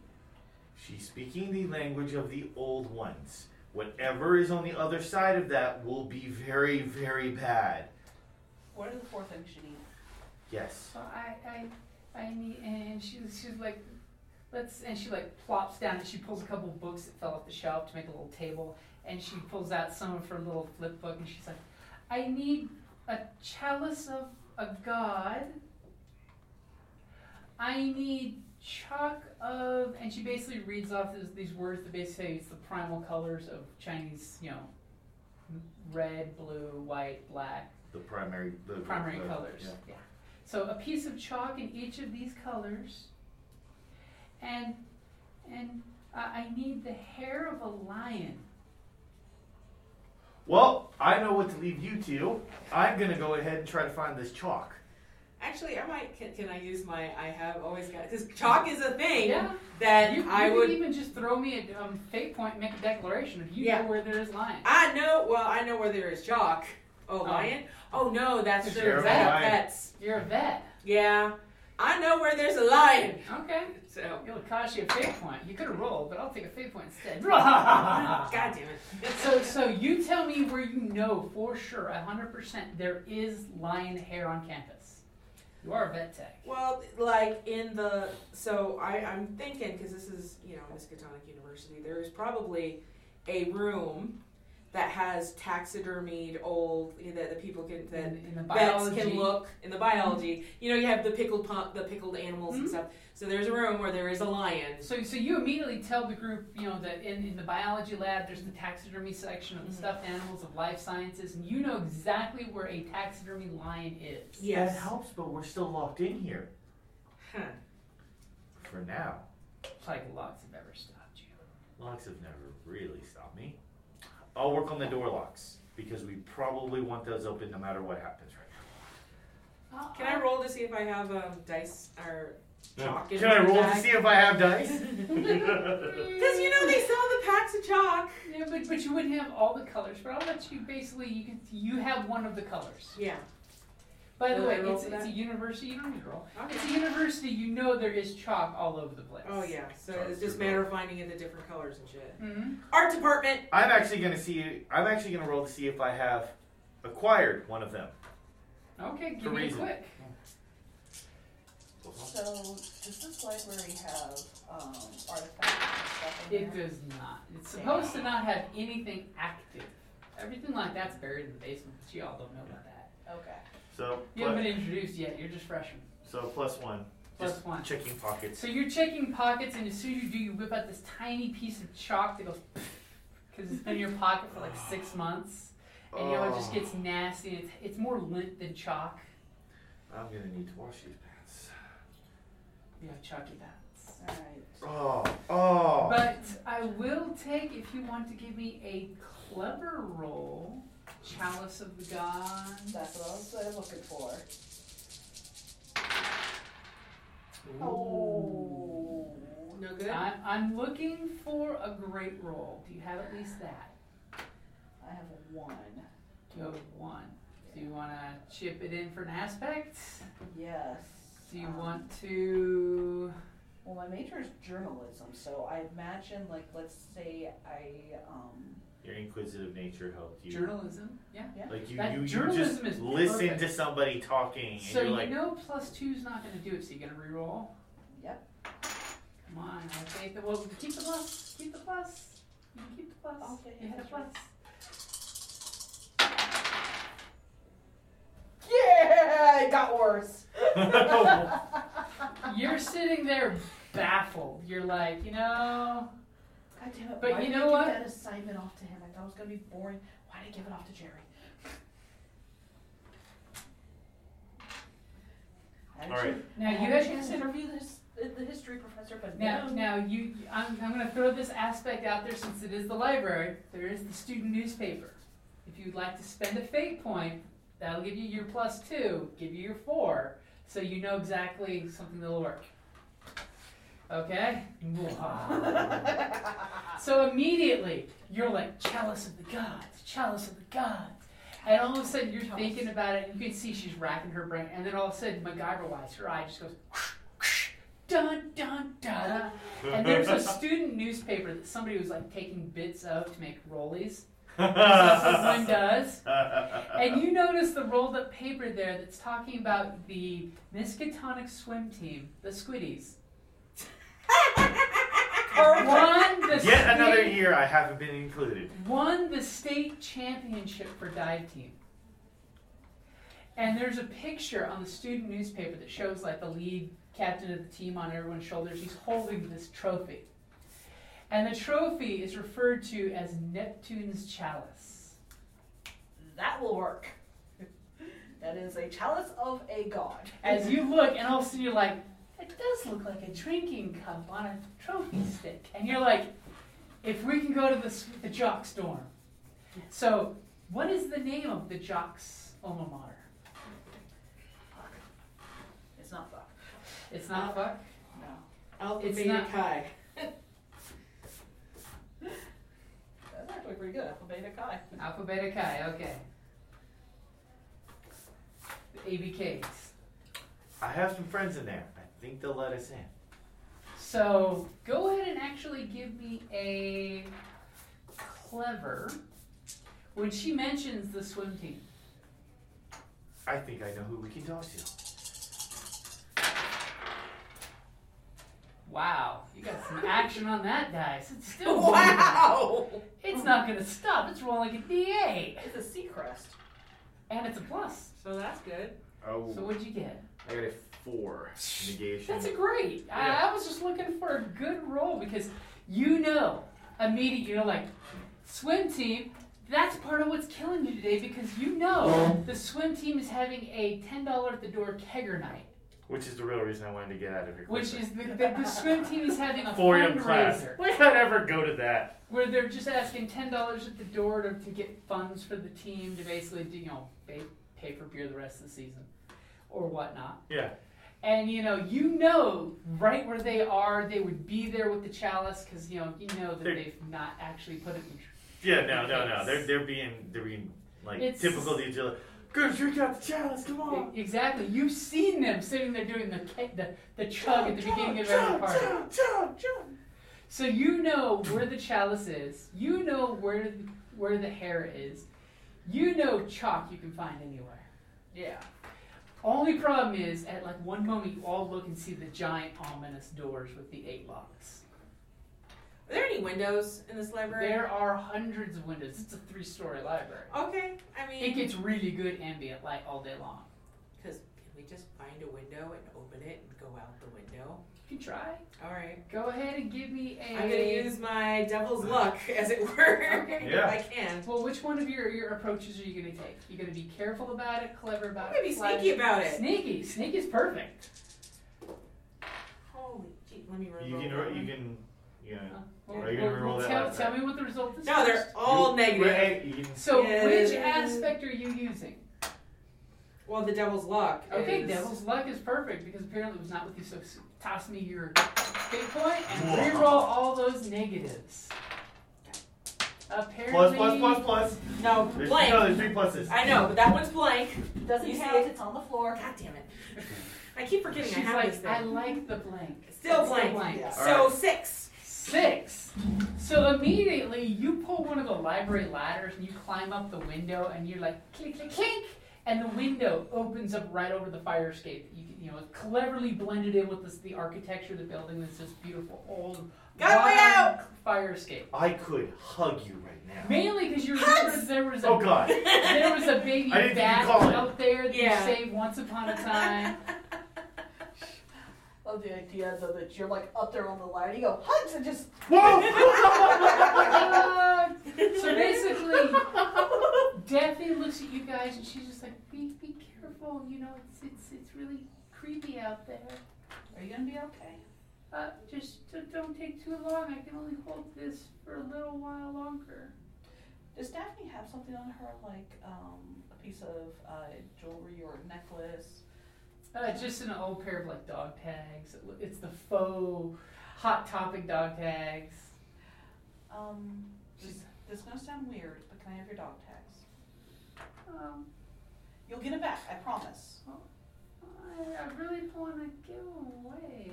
Speaker 3: She's speaking the language of the old ones. Whatever is on the other side of that will be very, very bad.
Speaker 5: What are the four things she needs?
Speaker 3: Yes.
Speaker 1: So I, I, I need, and she, was- she was like, let's, and she like plops down and she pulls a couple of books that fell off the shelf to make a little table, and she pulls out some of her little flip book and she's like, I need a chalice of a god. I need chalk of, and she basically reads off these, these words that basically say it's the primal colors of Chinese, you know, red, blue, white, black
Speaker 3: The primary. The
Speaker 1: primary
Speaker 3: the-
Speaker 1: colors.
Speaker 3: yeah.
Speaker 1: Yeah. So a piece of chalk in each of these colors, and and uh, I need the hair of a lion.
Speaker 3: Well, I know what to leave you to. I'm gonna go ahead and try to find this chalk.
Speaker 5: [LAUGHS] Actually, I might. Can, can I use my? I have always got because chalk is a thing
Speaker 1: Yeah,
Speaker 5: that
Speaker 1: you, you
Speaker 5: I
Speaker 1: could
Speaker 5: would.
Speaker 1: even just throw me a um, fate point, and make a declaration if you
Speaker 5: Yeah.
Speaker 1: know where there is lion.
Speaker 5: I know. Well, I know where there is chalk. Oh,
Speaker 1: Um,
Speaker 5: lion. Oh no, that's
Speaker 3: Is
Speaker 5: their
Speaker 3: there
Speaker 1: a
Speaker 5: vet-
Speaker 3: lion?
Speaker 5: vets.
Speaker 1: You're a vet.
Speaker 5: Yeah, I know where there's a lion.
Speaker 1: Okay,
Speaker 5: So,
Speaker 1: it'll cost you a fate point. You could have rolled, but I'll take a fate point
Speaker 5: [LAUGHS]
Speaker 1: instead.
Speaker 5: god damn it.
Speaker 1: So, so you tell me where you know for sure, hundred percent, there is lion hair on campus. You are a vet tech.
Speaker 5: [LAUGHS] Well, like in the so I I'm thinking because this is you know Miskatonic University. There is probably a room that has taxidermied old you know, that the people can that
Speaker 1: in, in the
Speaker 5: vets
Speaker 1: biology.
Speaker 5: can look in the biology. You know, you have the pickled pump, the pickled animals
Speaker 1: Mhm.
Speaker 5: and stuff. So there's a room where there is a lion.
Speaker 1: So, so you immediately tell the group, you know, that in, in the biology lab, there's the taxidermy section
Speaker 5: Mm-hmm.
Speaker 1: of the stuffed animals of life sciences, and you know exactly where a taxidermy lion is.
Speaker 5: Yes.
Speaker 3: That helps, but we're still locked in here
Speaker 5: Huh.
Speaker 3: for now.
Speaker 1: Like locks have ever stopped you.
Speaker 3: Locks have never really stopped me. I'll work on the door locks because we probably want those open no matter what happens right
Speaker 5: Can I roll to see if I have um, dice or
Speaker 3: now.
Speaker 5: Chalk is
Speaker 3: Can I
Speaker 5: in the
Speaker 3: roll to
Speaker 5: bag.
Speaker 3: see if I have dice? [LAUGHS]
Speaker 5: [LAUGHS] because you know they sell the packs of chalk.
Speaker 1: Yeah, but, but you wouldn't have all the colors. But I'll let you basically you can you have one of the colors.
Speaker 5: Yeah.
Speaker 1: By the
Speaker 5: Will I
Speaker 1: way,
Speaker 5: roll
Speaker 1: it's,
Speaker 5: for
Speaker 1: it's a
Speaker 5: that?
Speaker 1: university. You don't need to roll.
Speaker 5: Okay.
Speaker 1: It's a university. You know there is chalk all over the place.
Speaker 5: Oh yeah. So
Speaker 3: Chalk's
Speaker 5: it's just a
Speaker 3: your
Speaker 5: matter of finding it the different colors and shit.
Speaker 1: hmm
Speaker 5: Art department.
Speaker 3: I'm actually gonna see. I'm actually gonna roll to see if I have acquired one of them.
Speaker 1: Okay,
Speaker 3: For
Speaker 1: give me a
Speaker 3: reason.
Speaker 1: quick.
Speaker 6: So does this library have um, artifacts and stuff in
Speaker 1: It
Speaker 6: there?
Speaker 1: does not. It's supposed to not have anything active. Everything like that's buried in the basement, but you all don't know about that.
Speaker 6: Okay.
Speaker 3: So
Speaker 1: You haven't been introduced yet, you're just freshmen.
Speaker 3: so plus one.
Speaker 1: Plus
Speaker 3: Just
Speaker 1: one.
Speaker 3: Checking pockets.
Speaker 1: So you're checking pockets, and as soon as you do, you whip out this tiny piece of chalk that goes because it's been in your pocket for like six months, and you know it just
Speaker 3: Oh.
Speaker 1: gets nasty. It's it's more lint than chalk.
Speaker 3: I'm gonna need to wash these pants.
Speaker 1: You have chalky bats.
Speaker 6: All right.
Speaker 3: Oh, oh.
Speaker 1: But I will take if you want to give me a clever roll, chalice of the gods.
Speaker 6: That's what I was uh, looking for. Oh.
Speaker 5: No good?
Speaker 1: I'm, I'm looking for a great roll. Do you have at least that?
Speaker 6: I have a one.
Speaker 1: You have one. Do you want to chip it in for an aspect?
Speaker 6: Yes.
Speaker 1: Do you
Speaker 6: Um,
Speaker 1: want to?
Speaker 6: Well, my major is journalism, so I imagine, like, let's say I, um,
Speaker 3: Your inquisitive nature helped you.
Speaker 1: Journalism, yeah.
Speaker 3: Like you,
Speaker 1: That
Speaker 3: you, you just
Speaker 1: journalism is
Speaker 3: listen to
Speaker 1: perfect.
Speaker 3: somebody talking, and
Speaker 1: So
Speaker 3: you're
Speaker 1: you
Speaker 3: [LAUGHS] like,
Speaker 1: know plus two is not going to do it, so you got to reroll.
Speaker 6: Yep.
Speaker 1: Come on, I think that. Well, keep the plus. Keep the plus. You can keep the plus.
Speaker 6: Okay,
Speaker 1: you
Speaker 6: yeah,
Speaker 1: had a
Speaker 6: that's
Speaker 1: plus.
Speaker 6: right. yeah, it got worse. [LAUGHS]
Speaker 1: You're sitting there baffled. You're like, you know,
Speaker 6: God damn it!
Speaker 1: But
Speaker 6: why
Speaker 1: you
Speaker 6: did
Speaker 1: know
Speaker 6: I
Speaker 1: what?
Speaker 6: give that assignment off to him? I thought it was gonna be boring. Why did I give it off to Jerry?
Speaker 3: [LAUGHS]
Speaker 6: I
Speaker 3: All right.
Speaker 6: actually-
Speaker 1: now
Speaker 6: I
Speaker 1: you
Speaker 6: had a
Speaker 1: had
Speaker 6: chance to
Speaker 1: considered.
Speaker 6: interview this, the history professor, but
Speaker 1: Now,
Speaker 6: no.
Speaker 1: now you, I'm, I'm going to throw this aspect out there since it is the library. There is the student newspaper. If you'd like to spend a fate point, that'll give you your plus two, give you your four, so you know exactly something that'll work. Okay? so immediately, you're like, Chalice of the Gods, Chalice of the Gods. And all of a sudden, you're thinking about it, and you can see she's racking her brain. And then all of a sudden, MacGyver wise, her eye just goes, dun, dun, dun. And there's
Speaker 3: [LAUGHS]
Speaker 1: a student newspaper that somebody was like taking bits of to make
Speaker 3: [LAUGHS]
Speaker 1: rollies. That's what one does. And you notice the rolled up paper there that's talking about the Miskatonic swim team, the Squiddies. won the
Speaker 3: Yet another
Speaker 1: state,
Speaker 3: year I haven't been included.
Speaker 1: won the state championship for dive team. And there's a picture on the student newspaper that shows like the lead captain of the team on everyone's shoulders. He's holding this trophy. And the trophy is referred to as Neptune's chalice.
Speaker 6: That will work. [LAUGHS] That is a chalice of a [LAUGHS] god.
Speaker 1: As you look, and all of a sudden you're like, it does look like a drinking cup on a trophy stick. And you're like, if we can go to the, s- the jock storm. So, what is the name of the jock's alma mater?
Speaker 6: It's not fuck.
Speaker 1: It's not Fuck.
Speaker 5: Alpha
Speaker 1: It's
Speaker 5: Beta
Speaker 1: not-
Speaker 5: Chi.
Speaker 6: That's actually pretty good. Alpha Beta Chi.
Speaker 1: Alpha Beta Chi, okay. The ABKs.
Speaker 3: I have some friends in there. I think they'll let us in.
Speaker 1: So go ahead and actually give me a clever when she mentions the swim team.
Speaker 3: I think I know who we can talk to.
Speaker 1: Wow, you got some action on that dice. It's still
Speaker 5: [LAUGHS] [LAUGHS] Wow!
Speaker 1: It's not gonna stop. It's rolling a d8,
Speaker 6: It's a sea crest.
Speaker 1: and it's a plus.
Speaker 5: So that's good.
Speaker 3: Oh,
Speaker 1: So what'd you get?
Speaker 3: I got a four negation.
Speaker 1: That's a great. I, I was just looking for a good roll because you know immediately you're like swim team. That's part of what's killing you today because you know the swim team is having a ten dollar at the door kegger night.
Speaker 3: Which is the real reason I wanted to get out of here.
Speaker 1: Which
Speaker 3: quickly.
Speaker 1: is the, the, the swim team is having a
Speaker 3: four year class.
Speaker 1: fundraiser
Speaker 3: Why did I ever go to that?
Speaker 1: where they're just asking ten dollars at the door to, to get funds for the team to basically do, you know pay, pay for beer the rest of the season or whatnot.
Speaker 3: Yeah.
Speaker 1: And you know you know right where they are they would be there with the chalice because you know you know that
Speaker 3: They're-
Speaker 1: they've not actually put it. in
Speaker 3: Yeah, no, no, no. They're they're being they're being like
Speaker 1: It's-
Speaker 3: typical the agility. Go drink out the chalice, come on.
Speaker 1: e, Exactly, you've seen them sitting there doing the ke- the, the chug at the beginning of every
Speaker 3: Chug,
Speaker 1: party.
Speaker 3: chug, chug, chug.
Speaker 1: So you know where the chalice is. You know where where the hair is. You know chalk you can find anywhere.
Speaker 6: Yeah.
Speaker 1: Only problem is, at like one moment, you all look and see the giant ominous doors with the eight locks.
Speaker 5: Are there any windows in this library?
Speaker 1: There are hundreds of windows. It's a three-story library.
Speaker 5: Okay, I mean,
Speaker 1: It gets really good ambient light all day long.
Speaker 5: Because can we just find a window and open it and go out the window?
Speaker 1: You can try.
Speaker 5: All right.
Speaker 1: Go ahead and give me a.
Speaker 5: I'm gonna use my devil's luck, as it were, [LAUGHS]
Speaker 3: Yeah.
Speaker 5: if I can.
Speaker 1: Well, which one of your, your approaches are you gonna take? You gonna be careful about it, clever about
Speaker 5: I'm gonna
Speaker 1: it,
Speaker 5: be
Speaker 1: flashy-
Speaker 5: sneaky about it.
Speaker 1: Sneaky, sneaky's perfect.
Speaker 5: Holy, gee, let me roll.
Speaker 3: You can, you can, yeah.
Speaker 1: Well,
Speaker 3: Are you gonna
Speaker 1: well,
Speaker 3: re-roll
Speaker 1: well,
Speaker 3: that
Speaker 1: tell,
Speaker 3: last
Speaker 1: tell
Speaker 3: time?
Speaker 1: me what the result is.
Speaker 5: No, they're
Speaker 1: first.
Speaker 5: all
Speaker 3: You-
Speaker 5: negative.
Speaker 3: Right, you can-
Speaker 1: So,
Speaker 5: Yeah.
Speaker 1: which aspect are you using?
Speaker 5: Well, the devil's luck.
Speaker 1: Okay,
Speaker 5: is-
Speaker 1: Devil's Luck is perfect because apparently it was not with you. So s- toss me your fate point and
Speaker 3: Whoa.
Speaker 1: reroll all those negatives. Apparently,
Speaker 3: plus, plus, plus, plus.
Speaker 5: No,
Speaker 3: There's,
Speaker 5: blank.
Speaker 3: no, there's three pluses.
Speaker 5: I know, but that one's blank.
Speaker 6: Doesn't
Speaker 5: You see
Speaker 6: count.
Speaker 5: it?
Speaker 6: It's on the floor.
Speaker 5: God damn it! I keep forgetting
Speaker 1: she's
Speaker 5: I have this
Speaker 1: like,
Speaker 5: thing.
Speaker 1: I like the blank.
Speaker 5: Still
Speaker 1: It's
Speaker 5: blank.
Speaker 6: Yeah.
Speaker 5: So
Speaker 3: All right.
Speaker 5: six.
Speaker 1: Six. So immediately you pull one of the library ladders and you climb up the window and you're like clink clink clink, and the window opens up right over the fire escape. You can, you know, it's cleverly blended in with this, the architecture of the building. It's just beautiful old
Speaker 5: Got a way
Speaker 1: modern fire escape.
Speaker 3: I could hug you right now.
Speaker 1: Mainly because you remember there was a
Speaker 3: Oh God.
Speaker 1: there was a baby
Speaker 3: [LAUGHS] I didn't think you
Speaker 1: bat
Speaker 3: called it.
Speaker 1: out there that
Speaker 5: Yeah.
Speaker 1: you saved once upon a time.
Speaker 6: Of the idea though that you're like up there on the ladder, you go hugs and just
Speaker 3: Whoa!
Speaker 1: Uh, so basically, Daphne looks at you guys and she's just like, "Be be careful, you know, it's it's it's really creepy out there.
Speaker 6: Are you gonna be okay?
Speaker 1: Uh, just d- don't take too long. I can only hold this for a little while longer."
Speaker 6: Does Daphne have something on her, like um, a piece of uh, jewelry or a necklace?
Speaker 1: Uh, just an old pair of like dog tags. It lo- It's the faux hot topic dog tags.
Speaker 6: Um, this, this is gonna sound weird, but can I have your dog tags?
Speaker 1: Um, Oh,
Speaker 6: You'll get it back, I promise.
Speaker 1: I, I really don't want to give 'em away.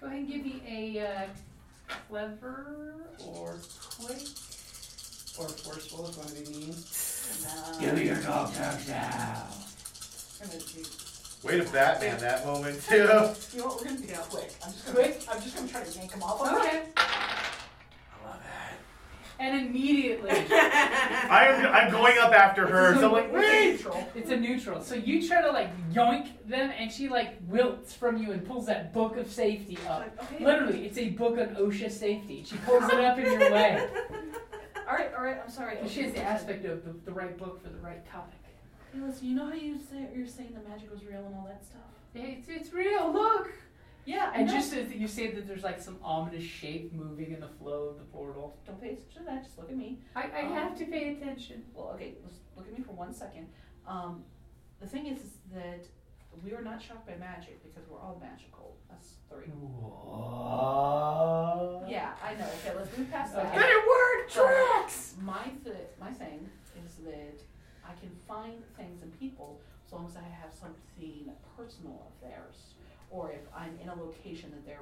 Speaker 1: Go ahead and give me a uh, clever or quick or forceful if you want to be mean.
Speaker 6: And, uh,
Speaker 3: me your dog tags now.
Speaker 6: we're gonna do,
Speaker 3: Way to Batman that moment too. I
Speaker 6: you know what? We're gonna do it quick. I'm just gonna,
Speaker 1: Quick?
Speaker 6: I'm just gonna try to yank them off. of her.
Speaker 1: Okay.
Speaker 3: love it.
Speaker 1: And [LAUGHS] immediately,
Speaker 3: I am. I'm going up after her. So
Speaker 1: [LAUGHS]
Speaker 3: I'm like, wait.
Speaker 6: Neutral.
Speaker 1: it's a neutral. So you try to like yoink them, and she like wilts from you and pulls that book of safety up.
Speaker 6: Like, okay.
Speaker 1: Literally, it's a book on OSHA safety. She pulls it up in [LAUGHS] your way.
Speaker 6: All right, all right. I'm sorry.
Speaker 1: But she has the aspect of the, the right book for the right topic.
Speaker 6: Hey, listen. You know how you say you're saying the magic was real and all that stuff.
Speaker 1: It's, it's real, look!
Speaker 6: Yeah, I
Speaker 1: And
Speaker 6: know.
Speaker 1: just as you say that there's like some ominous shape moving in the flow of the portal. Um,
Speaker 6: don't pay attention to that. Just look at me.
Speaker 1: I, I have to pay attention.
Speaker 6: Well, okay. Let's look at me for one second. Um, the thing is, is that we are not shocked by magic because we're all magical. Us three. Yeah, I know. Okay, let's move past that.
Speaker 1: Okay.
Speaker 5: word tracks.
Speaker 6: My th- my thing is that I can find things in people as long as I have something personal of theirs, or if I'm in a location that they're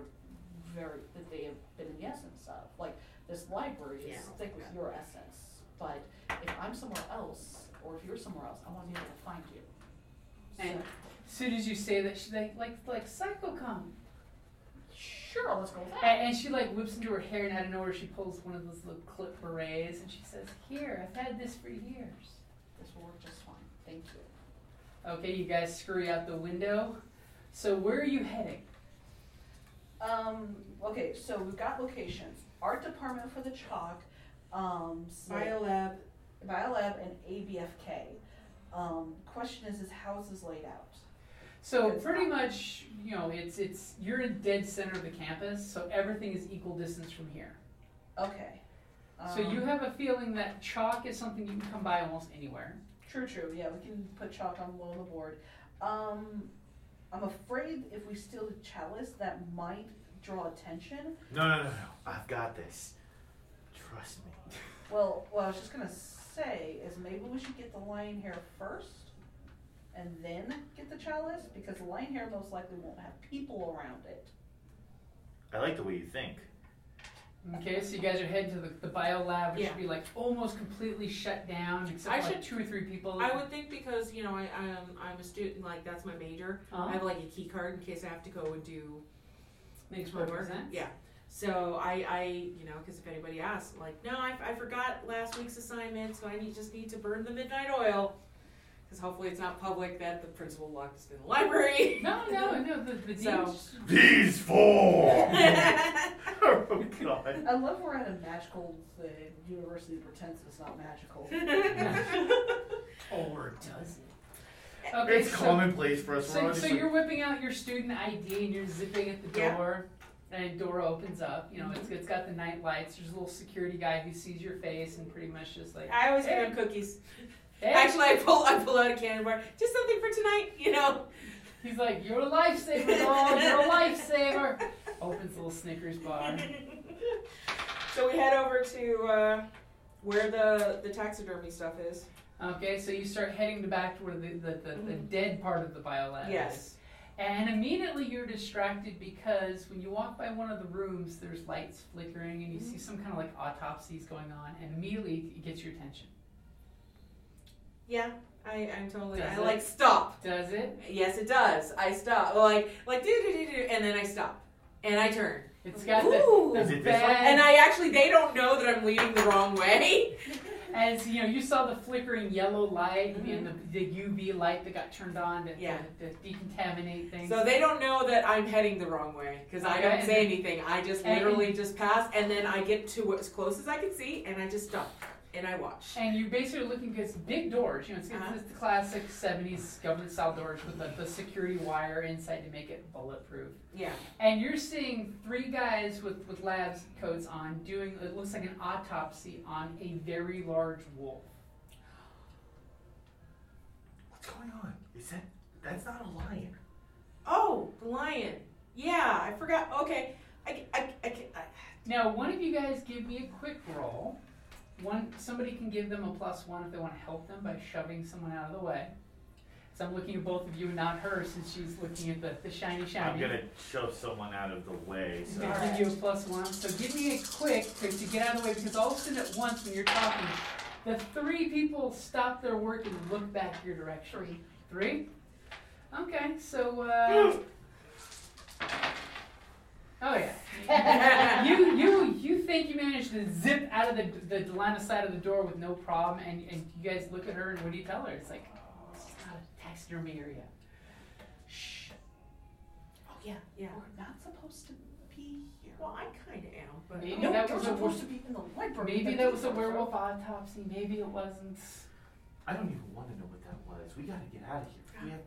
Speaker 6: very that they have been in the essence of. Like this library is
Speaker 5: Yeah.
Speaker 6: thick with your essence, but if I'm somewhere else, or if you're somewhere else, I want to be able to find you.
Speaker 1: And-
Speaker 6: so,
Speaker 1: As soon as you say that, she's like, like, like psychocom.
Speaker 6: sure, let's go with
Speaker 1: And,
Speaker 6: that.
Speaker 1: and she like whips into her hair, and out of nowhere, she pulls one of those little clip berets, and she says, "Here, I've had this for years."
Speaker 6: This will work just fine. Thank you.
Speaker 1: Okay, you guys scurry out the window. So where are you heading?
Speaker 6: Um, okay, so we've got locations. Art department for the chalk, um, so-
Speaker 5: Biolab.
Speaker 6: Biolab and ABFK. Um, question is, is how is this laid out?
Speaker 1: So
Speaker 6: It's-
Speaker 1: pretty much, you know, it's it's you're in dead center of the campus, so everything is equal distance from here.
Speaker 6: Okay.
Speaker 1: So you
Speaker 6: Um,
Speaker 1: have a feeling that chalk is something you can come by almost anywhere.
Speaker 6: True, true. Yeah, we can put chalk on below the board. Um, I'm afraid if we steal the chalice, that might draw attention.
Speaker 3: No, no, no, no. I've got this. Trust me.
Speaker 6: Well, what I was just gonna say is maybe we should get the lion hair first, and then get the chalice because the lion hair most likely won't have people around it.
Speaker 3: I like the way you think.
Speaker 1: Okay, so you guys are heading to the, the bio lab, which
Speaker 5: Yeah.
Speaker 1: should be like almost completely shut down, except
Speaker 5: I
Speaker 1: for like
Speaker 5: should-
Speaker 1: two or three people.
Speaker 5: I would think because you know I, I'm I'm a student like that's my major.
Speaker 1: Huh?
Speaker 5: I have like a key card in case I have to go and do
Speaker 1: Makes
Speaker 5: my
Speaker 1: perfect
Speaker 5: work.
Speaker 1: sense.
Speaker 5: Yeah. So I, I you know, because if anybody asks, like, no, I, I forgot last week's assignment, so I need, just need to burn the midnight oil. Because hopefully it's not public that the principal locked us in
Speaker 1: [LAUGHS]
Speaker 5: the library.
Speaker 1: No, no, no. The, the
Speaker 5: So-
Speaker 1: dean's-
Speaker 3: These [LAUGHS] four! oh, God.
Speaker 6: I love we're at a magical uh, university that pretends it's not magical.
Speaker 1: Hmm. or does it? Okay,
Speaker 3: It's
Speaker 1: so,
Speaker 3: commonplace for us. We're
Speaker 1: So,
Speaker 3: all
Speaker 1: so
Speaker 3: just like,
Speaker 1: you're whipping out your student ID and you're zipping at the
Speaker 5: Yeah.
Speaker 1: door, and door opens up. You know, it's, it's got the night lights. There's a little security guy who sees your face and pretty much just like,
Speaker 5: I always give them cookies.
Speaker 1: "Hey."
Speaker 5: Actually, I pull, I pull out a candy bar. Just something for tonight, you know.
Speaker 1: he's like, "You're a lifesaver, dog. You're a lifesaver."
Speaker 5: [LAUGHS]
Speaker 1: Opens a little Snickers bar.
Speaker 5: so we head over to uh, where the, the taxidermy stuff is.
Speaker 1: Okay, so you start heading to back to where the, the, the, the dead part of the biolab is.
Speaker 5: Mm-hmm. Yes.
Speaker 1: And immediately you're distracted because when you walk by one of the rooms, there's lights flickering
Speaker 5: Mm-hmm.
Speaker 1: and you see some kind of like autopsies going on, and immediately it gets your attention.
Speaker 5: Yeah, I, I'm totally.
Speaker 1: Does
Speaker 5: I
Speaker 1: it?
Speaker 5: like stop.
Speaker 1: Does it?
Speaker 5: Yes, it does. I stop. Like, like do do do do, and then I stop, and I turn,
Speaker 1: It's got
Speaker 5: Ooh.
Speaker 1: the,
Speaker 3: Is
Speaker 1: the
Speaker 3: it this way?
Speaker 1: bad.
Speaker 5: and I actually they don't know that I'm leading the wrong way.
Speaker 1: as you know, you saw the flickering yellow light and the, the UV light that got turned on to,
Speaker 5: Mm-hmm. Yeah.
Speaker 1: to, to decontaminate things.
Speaker 5: So they don't know that I'm heading the wrong way because I don't
Speaker 1: Okay.
Speaker 5: say anything. I just
Speaker 1: And-
Speaker 5: literally just pass, and then I get to as close as I can see, and I just stop and I watch.
Speaker 1: and you're basically looking because big doors, you know, it's, it's-
Speaker 5: Uh-huh.
Speaker 1: it's the classic 70s government style doors with the, the security wire inside to make it bulletproof.
Speaker 5: Yeah,
Speaker 1: And you're seeing three guys with, with labs coats on doing, it looks like an autopsy on a very large wolf.
Speaker 3: What's going on? Is that. That's not a lion.
Speaker 5: Oh, the lion. Yeah, I forgot. Okay. I, I, I, can- I-
Speaker 1: Now, one of you guys give me a quick roll. One, somebody can give them a plus one if they want to help them by shoving someone out of the way. So I'm looking at both of you and not her since she's looking at the, the shiny shiny.
Speaker 3: I'm gonna shove someone out of the way. So.
Speaker 1: I'll give you a plus one. So give me a quick to, to get out of the way because all of a sudden at once when you're talking, the three people stop their work and look back your direction. Three. Three? Okay, so uh, Oh yeah. you you you think you managed to zip out of the the line of sight of the door with no problem and, and you guys look at her and what do you tell her? It's like it's not a taxidermy area.
Speaker 6: Shh,
Speaker 5: oh yeah, yeah.
Speaker 6: we're not supposed to be here.
Speaker 5: Well, I kind of am, but
Speaker 1: Maybe
Speaker 6: No,
Speaker 1: that
Speaker 6: we're
Speaker 1: was a
Speaker 6: supposed to be in the library.
Speaker 1: Maybe that was a werewolf autopsy, maybe it wasn't.
Speaker 3: I don't even want to know what that was. We gotta get out of here. We have,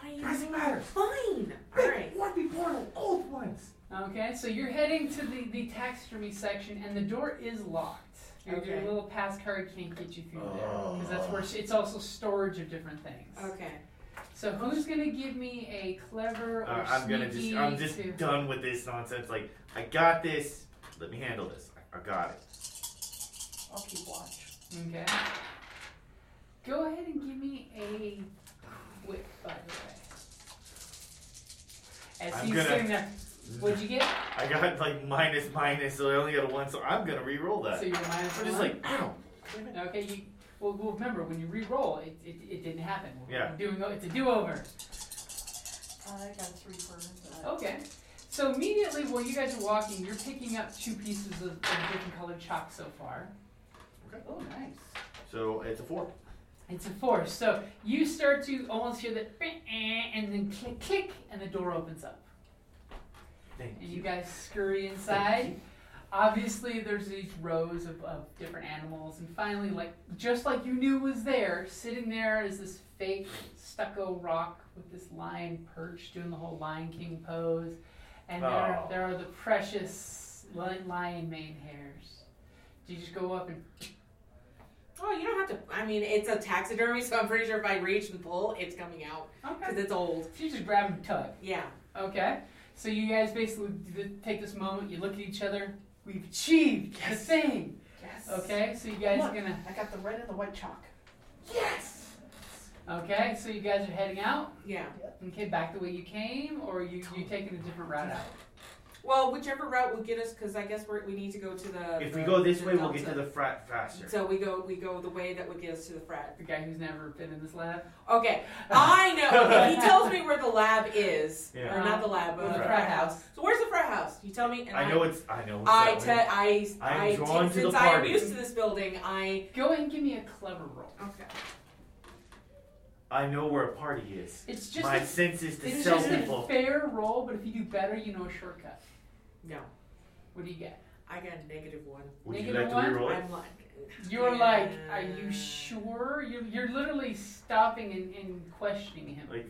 Speaker 5: fine.
Speaker 3: doesn't matter.
Speaker 5: Fine. All right.
Speaker 3: want to be born with old ones.
Speaker 1: Okay, so you're heading to the, the taxidermy section, and the door is locked. Your, your
Speaker 5: Okay.
Speaker 1: little pass card can't get you through there because that's where
Speaker 3: Oh.
Speaker 1: she, it's also storage of different things.
Speaker 5: Okay.
Speaker 1: So who's gonna give me a clever or
Speaker 3: Uh, I'm gonna just.
Speaker 1: sneaky
Speaker 3: I'm just
Speaker 1: to-
Speaker 3: done with this nonsense. Like, I got this. Let me handle this. I, I got it.
Speaker 6: I'll keep watch.
Speaker 1: Okay. Go ahead and give me a quick, by the way. As
Speaker 3: I'm
Speaker 1: he's
Speaker 3: gonna-
Speaker 1: sitting there, what'd you get?
Speaker 3: I got like minus minus, so I only got a one. So I'm gonna re-roll that.
Speaker 1: So you're minus
Speaker 3: I'm just
Speaker 1: one?
Speaker 3: like, ow.
Speaker 1: Okay, you. Well, well, remember when you re-roll, it, it, it didn't happen. We're
Speaker 3: Yeah.
Speaker 1: Doing it's a do-over.
Speaker 6: I got three for that.
Speaker 1: Okay. So immediately while you guys are walking, you're picking up two pieces of, of different colored chalk so far.
Speaker 6: Oh, nice.
Speaker 3: So it's a four.
Speaker 1: It's a four. So you start to almost hear the and then click click and the door opens up.
Speaker 3: Thank
Speaker 1: And you guys scurry inside. Obviously there's these rows of, of different animals and finally like just like you knew was there, sitting there is this fake stucco rock with this lion perched doing the whole Lion King pose. And there,
Speaker 3: Oh.
Speaker 1: there are the precious li- lion mane hairs. Do you just go up and
Speaker 5: Oh, you don't have to. I mean, it's a taxidermy, so I'm pretty sure if I reach and pull, it's coming out because
Speaker 1: Okay.
Speaker 5: it's old.
Speaker 1: So you just grab and tug.
Speaker 5: Yeah.
Speaker 1: Okay. So you guys basically d- d- take this moment, you look at each other, we've achieved the thing.
Speaker 6: Yes.
Speaker 1: Okay, so you guys are
Speaker 6: Look.
Speaker 1: gonna
Speaker 6: I got the red and the white chalk.
Speaker 1: Okay, so you guys are heading out.
Speaker 5: Yeah.
Speaker 1: Okay, back the way you came, or you you taking a different route out.
Speaker 5: Well, whichever route will get us, because I guess we're, we need to go to the.
Speaker 3: If
Speaker 5: the-
Speaker 3: we go this
Speaker 5: the
Speaker 3: way, we'll get to
Speaker 5: delta.
Speaker 3: the frat faster.
Speaker 5: So we go we go the way that would get us to the frat.
Speaker 1: The guy who's never been in this lab.
Speaker 3: [LAUGHS]
Speaker 5: Okay, I know. If he tells me where the lab is,
Speaker 3: Yeah.
Speaker 5: or not the lab, but
Speaker 1: Or
Speaker 5: the
Speaker 3: Right.
Speaker 5: frat house. So where's the frat house? You tell me. And
Speaker 3: I know it's. I know. It's
Speaker 5: I
Speaker 3: that
Speaker 5: te-
Speaker 3: way.
Speaker 5: I
Speaker 3: I'm
Speaker 5: I
Speaker 3: drawn to the
Speaker 5: since I am
Speaker 3: party.
Speaker 5: used to this building, I
Speaker 1: Go ahead and give me a clever roll.
Speaker 5: okay.
Speaker 3: I know where a party is.
Speaker 1: It's just
Speaker 3: My
Speaker 1: a,
Speaker 3: senses to
Speaker 1: it's
Speaker 3: sell
Speaker 1: just a
Speaker 3: people.
Speaker 1: fair roll, but if you do better, you know a shortcut.
Speaker 5: No,
Speaker 1: What do you get?
Speaker 5: I got a negative one.
Speaker 3: Would you
Speaker 1: Negative
Speaker 3: like to
Speaker 1: one?
Speaker 3: reroll it?
Speaker 5: I'm like.
Speaker 1: You're like, are
Speaker 5: Yeah.
Speaker 1: you sure? You're, you're literally stopping and, and questioning him.
Speaker 3: Like,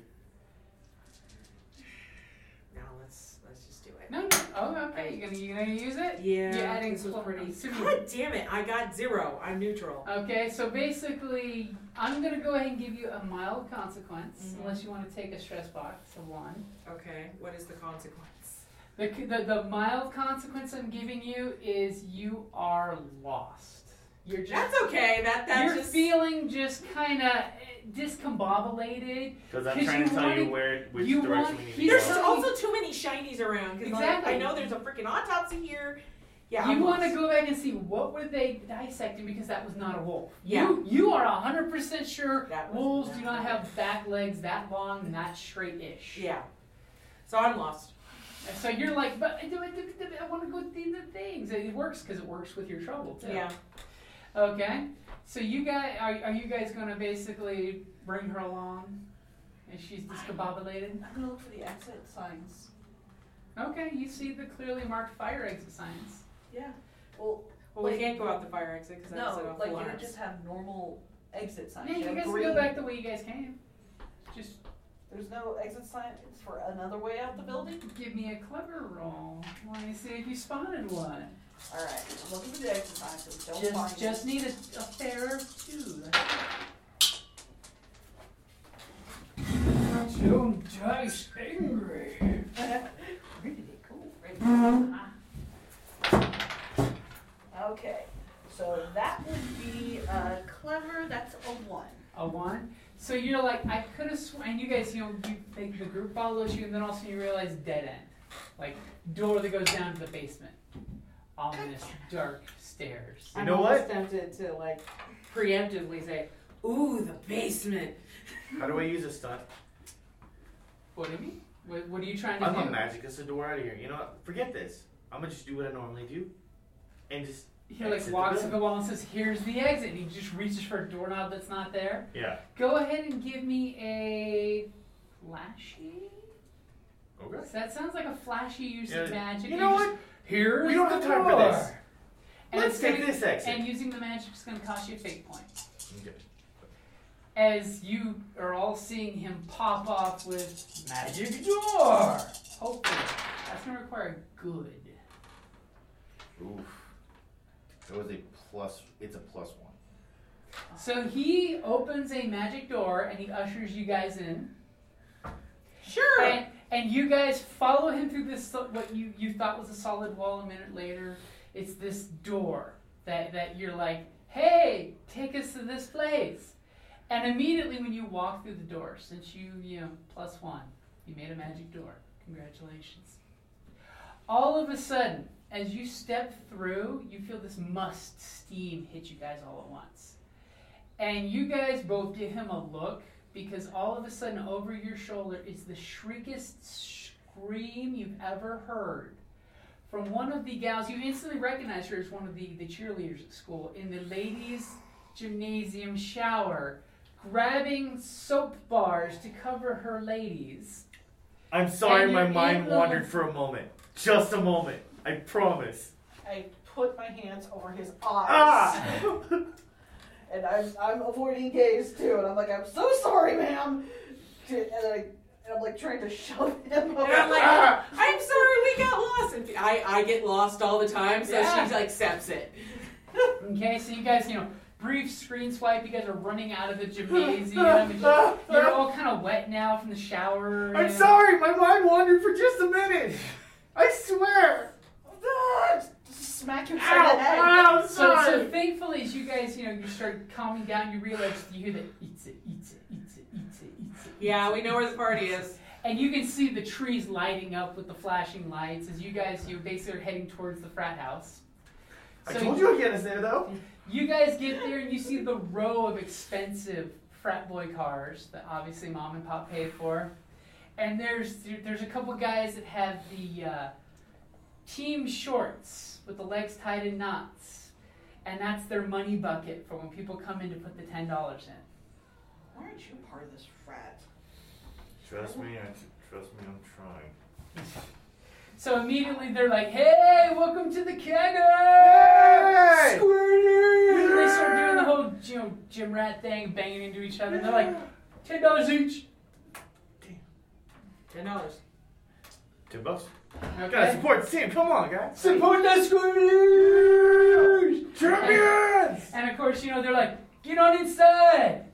Speaker 5: No, let's let's just do it.
Speaker 1: No, no. Oh, okay. You're gonna, you're gonna use it?
Speaker 5: Yeah,
Speaker 1: You're adding
Speaker 5: this was
Speaker 1: four-
Speaker 5: pretty.
Speaker 1: two.
Speaker 5: God damn it! I got zero. I'm neutral.
Speaker 1: Okay, so basically, I'm gonna go ahead and give you a mild consequence,
Speaker 5: Mhm.
Speaker 1: unless you want to take a stress box of one.
Speaker 5: Okay, what is the consequence?
Speaker 1: The, c- the the mild consequence I'm giving you is you are lost. You're just
Speaker 5: That's okay. That that
Speaker 1: you're
Speaker 5: just
Speaker 1: feeling just kind of discombobulated.
Speaker 3: because I'm
Speaker 1: 'Cause
Speaker 3: trying
Speaker 1: you
Speaker 3: to tell you
Speaker 1: wanted-
Speaker 3: where which
Speaker 1: you
Speaker 3: direction
Speaker 1: want-
Speaker 3: we need to
Speaker 1: you
Speaker 3: go.
Speaker 5: There's also too many shinies around. 'cause, like,
Speaker 1: Exactly.
Speaker 5: I know there's a freaking autopsy here. Yeah.
Speaker 1: you
Speaker 5: I'm
Speaker 1: want to
Speaker 5: lost.
Speaker 1: go back and see what were they dissecting because that was not a wolf.
Speaker 5: Yeah.
Speaker 1: You you are hundred percent sure
Speaker 5: That was
Speaker 1: wolves
Speaker 5: not
Speaker 1: do
Speaker 5: a
Speaker 1: not have
Speaker 5: wolf.
Speaker 1: back legs that long and that straight-ish.
Speaker 5: Yeah. So I'm lost.
Speaker 1: So you're like, but I, do- I, do- I do- I want to go do the things. And It works because it works with your trouble too.
Speaker 5: Yeah.
Speaker 1: Okay. So you guys are, are you guys gonna basically bring her along, and she's discombobulated?
Speaker 6: I'm gonna look for the exit signs.
Speaker 1: Okay. You see the clearly marked fire exit signs.
Speaker 6: Yeah. Well,
Speaker 5: Well, we
Speaker 6: Like-
Speaker 5: can't go out the fire exit because I set
Speaker 6: no,
Speaker 5: off
Speaker 6: like
Speaker 5: the
Speaker 6: you
Speaker 5: alarms.
Speaker 6: would just have normal exit signs.
Speaker 1: Yeah,
Speaker 6: You
Speaker 1: you
Speaker 6: have
Speaker 1: guys can
Speaker 6: green-
Speaker 1: go back the way you guys came. Just
Speaker 6: There's no exit signs for another way out the building.
Speaker 1: give me a clever roll. Let me see if you spotted one.
Speaker 6: All right, I'm looking for the exit signs. but Don't
Speaker 1: Just
Speaker 6: find
Speaker 1: just
Speaker 6: it.
Speaker 1: need a, a pair of two. Don't dice
Speaker 6: [LAUGHS]
Speaker 1: angry.
Speaker 6: Where did it go? Right
Speaker 3: Uh-huh.
Speaker 1: Ah,
Speaker 6: there. Okay, so that would be uh, clever. That's a one.
Speaker 1: A one. So you're like, I could have sworn. And you guys, you know, you think the group follows you, and then also you realize dead end, like door that goes down to the basement, ominous dark stairs.
Speaker 3: You know
Speaker 5: I'm almost
Speaker 3: what?
Speaker 5: tempted to like preemptively say, "Ooh, the basement."
Speaker 3: How do I use a stunt?
Speaker 1: What do you mean? What, what are you trying to
Speaker 3: I'm
Speaker 1: do?
Speaker 3: gonna magic us a door out of here. You know what? Forget this. I'm gonna just do what I normally do, and just
Speaker 1: He like
Speaker 3: Exit the
Speaker 1: walks
Speaker 3: building.
Speaker 1: up the wall and says, "Here's the exit." And he just reaches for a doorknob that's not there.
Speaker 3: yeah.
Speaker 1: Go ahead and give me a flashy.
Speaker 3: Okay.
Speaker 1: So that sounds like a flashy use of
Speaker 3: Yeah.
Speaker 1: magic.
Speaker 3: You know
Speaker 1: just-
Speaker 3: what?
Speaker 1: Here's
Speaker 3: We don't
Speaker 1: the
Speaker 3: have time for this.
Speaker 1: door. And
Speaker 3: Let's
Speaker 1: it's
Speaker 3: take
Speaker 1: gonna-
Speaker 3: this exit.
Speaker 1: And using the magic is going to cost you a fate point.
Speaker 3: Okay.
Speaker 1: As you are all seeing him pop off with magic door. Hopefully, that's going to require good.
Speaker 3: Oof. That was a plus. It's a plus one.
Speaker 1: So he opens a magic door and he ushers you guys in.
Speaker 5: Sure.
Speaker 1: And, and you guys follow him through this so- what you, you thought was a solid wall a minute later. It's this door that, that you're like, hey, take us to this place. And immediately when you walk through the door, since you, you know, plus one, you made a magic door. Congratulations. All of a sudden, as you step through, you feel this must steam hit you guys all at once. And you guys both give him a look because all of a sudden over your shoulder is the shriekest scream you've ever heard from one of the gals. You instantly recognize her as one of the, the cheerleaders at school in the ladies' gymnasium shower, grabbing soap bars to cover her ladies.
Speaker 3: I'm sorry,
Speaker 1: And
Speaker 3: my
Speaker 1: you're in
Speaker 3: mind
Speaker 1: the-
Speaker 3: wandered for a moment. Just a moment. I promise.
Speaker 6: I put my hands over his eyes,
Speaker 3: Ah!
Speaker 1: [LAUGHS]
Speaker 6: and I'm I'm avoiding gaze too. And I'm like, I'm so sorry, ma'am. And I and I'm like trying to [LAUGHS] shove him.
Speaker 5: And I'm
Speaker 6: Over. [LAUGHS]
Speaker 5: like,
Speaker 3: Ah!
Speaker 5: I'm sorry, we got lost. And I, I get lost all the time, so
Speaker 1: Yeah.
Speaker 5: she like accepts it.
Speaker 1: Okay, so you guys, you know, brief screen swipe. You guys are running out of the gymnasium. and you're- you're all kind of wet now from the shower.
Speaker 3: I'm
Speaker 1: and-
Speaker 3: sorry, my mind wandered for just a minute. I swear.
Speaker 6: Ah! Smack him
Speaker 3: Ow!
Speaker 6: upside the head.
Speaker 3: Ow,
Speaker 1: So,
Speaker 3: I'm
Speaker 1: so
Speaker 3: sorry.
Speaker 1: thankfully, as you guys, you know, you start calming down, you realize you hear the eats it, eats it, eats it, eats it, eats it.
Speaker 5: Yeah, we know where the party is.
Speaker 1: And you can see the trees lighting up with the flashing lights as you guys, you basically are heading towards the frat house.
Speaker 3: I
Speaker 1: So
Speaker 3: told you I'd get us there, though.
Speaker 1: You guys get there and you see the row of expensive frat boy cars that obviously mom and pop paid for. And there's there's a couple guys that have the uh, team shorts with the legs tied in knots. And that's their money bucket for when people come in to put the $10 in.
Speaker 6: Why aren't you part of this frat?
Speaker 3: Trust me, I trust me, I'm trying.
Speaker 1: So immediately they're like, "Hey, welcome to the kegger!"
Speaker 3: Hey!
Speaker 1: And They start doing the whole you know, gym rat thing, banging into each other. And they're like, ten dollars each.
Speaker 5: Ten dollars.
Speaker 3: Ten bucks. Gotta
Speaker 1: Okay.
Speaker 3: support the team. Come on, guys.
Speaker 1: Support the squirters!
Speaker 3: Champions!
Speaker 1: And of course, you know they're like, "Get on inside."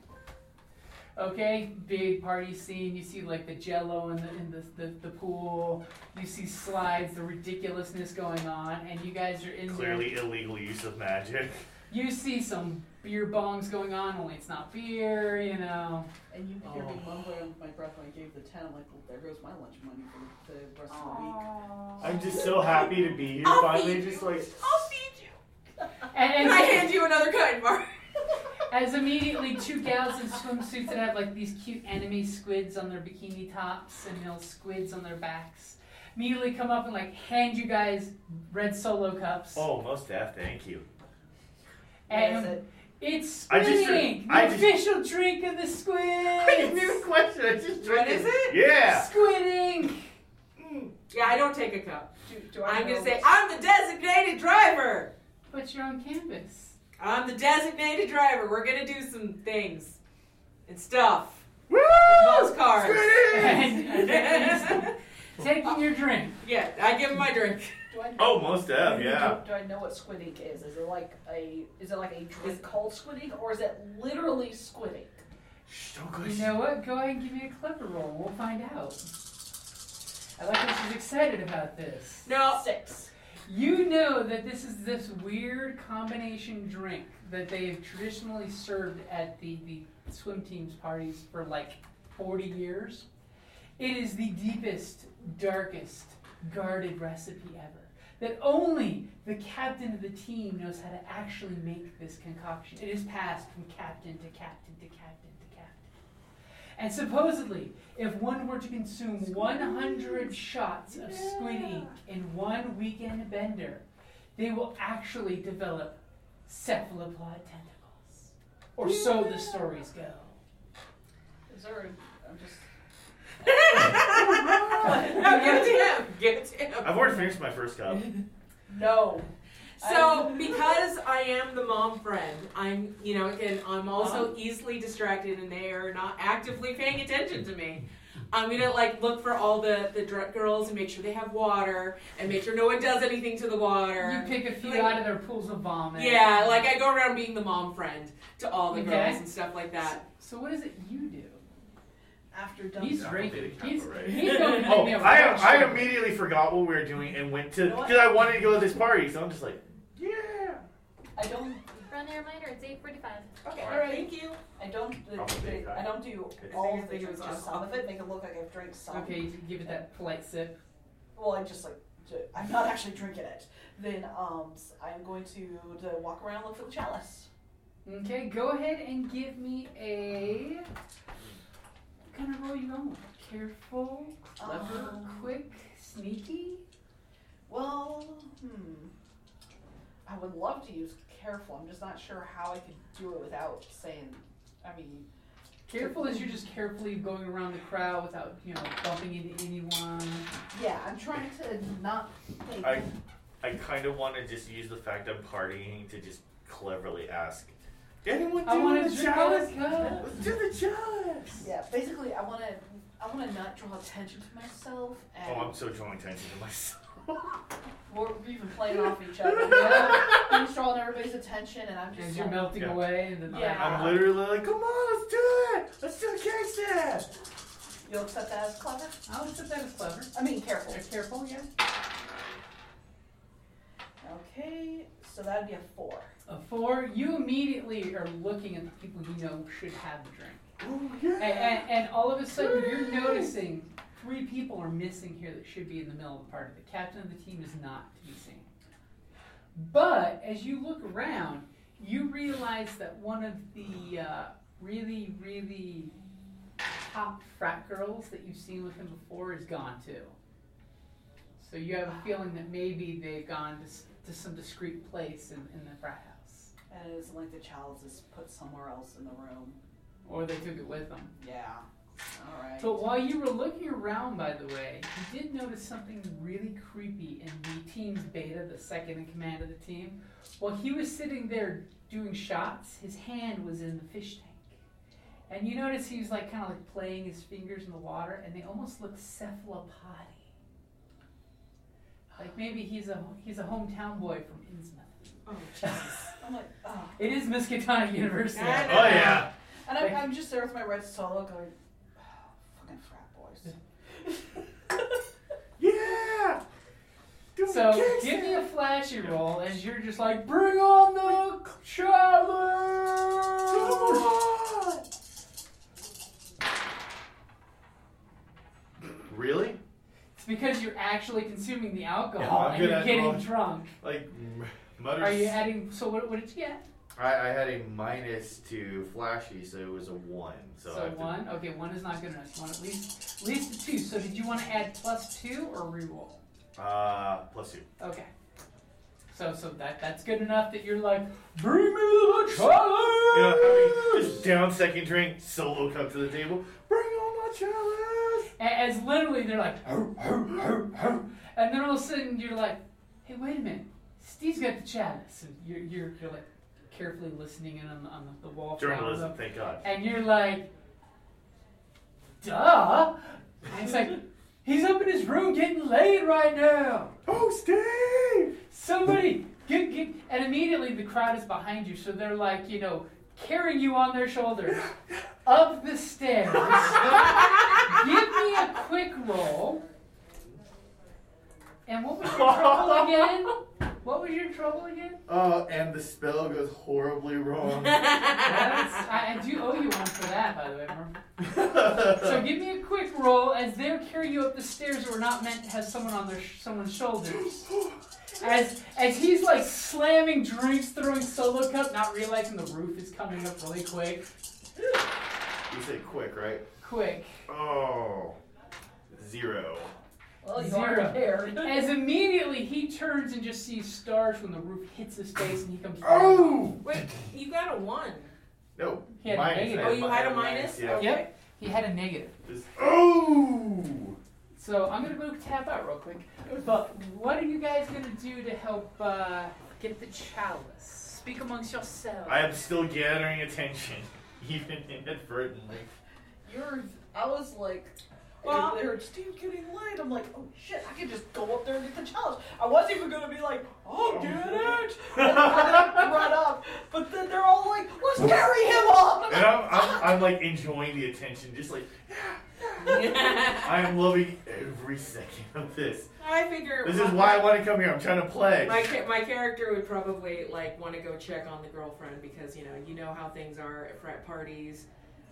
Speaker 1: Okay, big party scene. You see like the jello in the in the, the, the pool. You see slides, the ridiculousness going on, and you guys are in there.
Speaker 3: Clearly illegal use of magic.
Speaker 1: You see some beer bongs going on, only it's not beer, you know.
Speaker 6: And you hear me
Speaker 1: Oh.
Speaker 6: mumbling under my breath when I gave the ten. I'm like, well, there goes my lunch money for the rest of the week.
Speaker 3: I'm just so happy to be here.
Speaker 5: I'll
Speaker 3: Finally,
Speaker 5: feed you.
Speaker 3: just like
Speaker 5: I'll feed you.
Speaker 1: And,
Speaker 5: And I
Speaker 1: and
Speaker 5: hand you another kind bar. [LAUGHS]
Speaker 1: as immediately two gals in swimsuits that have like these cute anime squids on their bikini tops and little squids on their backs immediately come up and like hand you guys red solo cups.
Speaker 3: oh, most deaf. Thank you.
Speaker 6: What
Speaker 1: and
Speaker 6: is it?
Speaker 1: it's
Speaker 3: I just-
Speaker 1: squidding, the
Speaker 3: I just-
Speaker 1: official drink of the
Speaker 3: [LAUGHS] I didn't even
Speaker 1: squids.
Speaker 3: question. I just
Speaker 5: What
Speaker 3: drank
Speaker 5: is it?
Speaker 3: Yeah.
Speaker 1: Squidding.
Speaker 5: Yeah, I don't take a cup.
Speaker 6: Do, Hmm. do I
Speaker 5: I'm gonna
Speaker 6: know
Speaker 5: say
Speaker 6: which-
Speaker 5: I'm the designated driver.
Speaker 1: But you're on campus.
Speaker 5: I'm the designated driver. We're gonna do some things and
Speaker 6: [LAUGHS]
Speaker 5: stuff. [LAUGHS]
Speaker 3: Woo!
Speaker 5: Those cars.
Speaker 1: [LAUGHS] And- and
Speaker 5: yeah,
Speaker 3: [LAUGHS]
Speaker 1: taking your drink.
Speaker 5: I give him my drink.
Speaker 6: do I know,
Speaker 3: Oh, most deaf.
Speaker 6: do-
Speaker 3: Yeah.
Speaker 6: Do, I know what squid ink is? Is it like a is it like a drink called squid ink, or is it literally squid ink?
Speaker 3: Shh, don't
Speaker 1: You
Speaker 3: question.
Speaker 1: know what? Go ahead and give me a clever roll. We'll find out. I like that she's excited about this.
Speaker 5: No,
Speaker 6: Six.
Speaker 1: You know that this is this weird combination drink that they have traditionally served at the, the swim team's parties for like 40 years. It is the deepest, darkest, guarded recipe ever. That only the captain of the team knows how to actually make this concoction. It is passed from captain to captain to captain to captain. And supposedly, if one were to consume 100 shots of squid ink in one weekend bender, they will actually develop cephalopod tentacles. Or so the stories go.
Speaker 6: Is there? A, I'm just.
Speaker 5: no, give it to him. Give it to him.
Speaker 3: I've already finished my first cup.
Speaker 6: No.
Speaker 5: So, because I am the mom friend, I'm, you know, again, I'm also easily distracted, and they are not actively paying attention to me. I'm gonna like look for all the the drunk girls and make sure they have water, and make sure no one does anything to the water.
Speaker 1: You pick a few out of their pools of vomit.
Speaker 5: Yeah, like I go around being the mom friend to all the
Speaker 1: Okay.
Speaker 5: girls and stuff like that.
Speaker 1: So what is it you do?
Speaker 6: After done.
Speaker 1: He's
Speaker 3: Not
Speaker 1: drinking.
Speaker 3: really
Speaker 1: He's,
Speaker 3: capital, right?
Speaker 1: he's
Speaker 3: [LAUGHS]
Speaker 1: going to
Speaker 3: Oh,
Speaker 1: make me a
Speaker 3: I,
Speaker 1: rock
Speaker 3: I
Speaker 1: star.
Speaker 3: immediately forgot what we were doing and went to
Speaker 6: You know what?
Speaker 3: because I wanted to go to this party. So I'm just like, yeah.
Speaker 6: I don't.
Speaker 9: Run the reminder, it's 845.
Speaker 6: Okay.
Speaker 3: All
Speaker 6: All right.
Speaker 5: Thank you.
Speaker 6: I don't.
Speaker 3: I'll take
Speaker 6: I don't do
Speaker 3: Okay.
Speaker 6: all
Speaker 5: I
Speaker 6: of the
Speaker 5: think it was
Speaker 6: drinks. Just some
Speaker 5: awesome.
Speaker 6: of it. Make it look like I've drank some.
Speaker 1: Okay, you give it that polite sip.
Speaker 6: Well, I just like. j- I'm not actually drinking it. Then um, s- I'm going to, to walk around look for the chalice.
Speaker 1: Okay, go ahead and give me a. What kind of roll you going with? Careful, clever,
Speaker 6: Um,
Speaker 1: quick, sneaky.
Speaker 6: Well, hmm. I would love to use careful. I'm just not sure how I could do it without saying. I mean,
Speaker 1: Careful as you're just carefully going around the crowd without, you know, bumping into anyone.
Speaker 6: yeah, I'm trying to not think.
Speaker 3: I I kind of want to just use the fact I'm partying to just cleverly ask. Anyone
Speaker 1: I want
Speaker 3: doing
Speaker 1: to
Speaker 3: the
Speaker 1: drink out of
Speaker 3: chalice?
Speaker 1: the cup.
Speaker 3: Let's do the chalice.
Speaker 6: yeah, basically, I want to. I want to not draw attention to myself, and
Speaker 3: Oh, I'm so drawing attention to myself.
Speaker 6: we're even playing off each other. You know?
Speaker 3: I'm
Speaker 6: I'm just drawing everybody's attention, and I'm just
Speaker 1: As you're
Speaker 6: like,
Speaker 1: melting
Speaker 3: Yeah.
Speaker 1: away, and then
Speaker 6: Yeah.
Speaker 3: literally like, come on, let's do it. Let's do the cake stand.
Speaker 6: you'll accept that as clever.
Speaker 1: I would put that as clever.
Speaker 6: I mean, careful.
Speaker 1: They're careful, yeah.
Speaker 6: Okay, so that'd be a four.
Speaker 1: A four, you immediately are looking at the people you know should have the drink.
Speaker 3: Oh
Speaker 1: And, and, and all of a sudden, you're noticing Three people are missing here that should be in the middle of the party. The captain of the team is not to be seen. But as you look around, you realize that one of the uh, really, really top frat girls that you've seen with him before is gone too. So you have a feeling that maybe they've gone to, s- to some discreet place in, in the frat house,
Speaker 6: And it isn't like the child's is put somewhere else in the room.
Speaker 1: or they took it with them.
Speaker 6: Yeah. All right.
Speaker 1: But while you were looking around, by the way, you did notice something really creepy in the team's beta, the second in command of the team. While he was sitting there doing shots, his hand was in the fish tank. And you notice he was like kind of like playing his fingers in the water, and they almost looked cephalopody. Like maybe he's a he's a hometown boy from Innsmouth. [LAUGHS]
Speaker 5: Oh,
Speaker 6: I'm like, oh.
Speaker 1: It is Miskatonic University.
Speaker 5: I
Speaker 3: Oh yeah.
Speaker 6: And I'm, I'm just there with my red solo going, oh, fucking frat boys.
Speaker 3: Yeah. Dude,
Speaker 1: So
Speaker 3: yes.
Speaker 1: give me a flashy roll as you're just like, bring on the c- challenge!
Speaker 3: Really?
Speaker 1: It's because you're actually consuming the alcohol
Speaker 3: Yeah, I'm
Speaker 1: and you're
Speaker 3: gonna-
Speaker 1: getting
Speaker 3: well-
Speaker 1: drunk.
Speaker 3: Like m- mutters.
Speaker 1: Are you adding? So what, what did you get?
Speaker 3: I, I had a minus to flashy, so it was a one. So,
Speaker 1: So,
Speaker 3: I have to-
Speaker 1: one. Okay, one is not good enough. You want at least at least a two. So did you want to add plus two or reroll?
Speaker 3: uh, plus two.
Speaker 1: Okay. So so that that's good enough that you're like, bring me the challenge.
Speaker 3: Yeah, I mean, just down second drink. Solo comes to the table. Bring on my chalice.
Speaker 1: A- As literally they're like, "Hur, hur, hur, hur." and then all of a sudden you're like, hey, wait a minute, Steve's got the chalice. And you're, you're, you're like carefully listening in on the, on the, the wall.
Speaker 3: Journalism, thank God.
Speaker 1: And you're like, duh. And it's like, he's up in his room getting laid right now.
Speaker 3: Oh, Steve!
Speaker 1: Somebody, get, get. And immediately the crowd is behind you, so they're like, you know, carrying you on their shoulders up the stairs. Give me a quick roll. And what was your trouble again? What was your trouble again?
Speaker 3: Oh, and the spell goes horribly
Speaker 5: [LAUGHS]
Speaker 3: wrong.
Speaker 1: That's- I, I do owe you one for that, by the way. Murph. So
Speaker 3: so
Speaker 1: give me a quick roll as they're carrying you up the stairs that were not meant to have someone on their sh- someone's shoulders. As as he's like slamming drinks, throwing solo cup, not realizing the roof is coming up really quick.
Speaker 3: you said quick, right?
Speaker 1: Quick.
Speaker 3: Oh, zero.
Speaker 6: Well, you
Speaker 1: Zero.
Speaker 6: are
Speaker 1: [LAUGHS]
Speaker 6: paired.
Speaker 1: As immediately he turns and just sees stars when the roof hits his face and he comes.
Speaker 3: Oh!
Speaker 5: Wait, you got a one.
Speaker 3: No.
Speaker 1: He had a
Speaker 3: minus.
Speaker 1: negative.
Speaker 3: I
Speaker 5: Oh, you
Speaker 3: mi-
Speaker 5: had
Speaker 3: I
Speaker 5: a minus?
Speaker 3: Yeah.
Speaker 1: Yep. He had a negative.
Speaker 3: Just- oh!
Speaker 1: So I'm gonna go tap out real quick. But what are you guys gonna do to help uh, get the chalice? Speak amongst yourselves.
Speaker 3: I am still gathering attention, [LAUGHS] even inadvertently.
Speaker 6: You're, I was like,
Speaker 5: Well-
Speaker 6: well, they were Steve getting laid. I'm like, oh shit, I can just go up there and get the challenge. I wasn't even gonna be like, oh, get it, and then run up. But then they're all like, let's carry him up.
Speaker 3: And I'm, I'm, I'm like enjoying the attention, just like, I am loving every second of this.
Speaker 5: I figure.
Speaker 3: This is
Speaker 5: my-
Speaker 3: why I want to come here. I'm trying to play.
Speaker 5: My, cha- my character would probably like want to go check on the girlfriend because you know you know how things are at frat parties.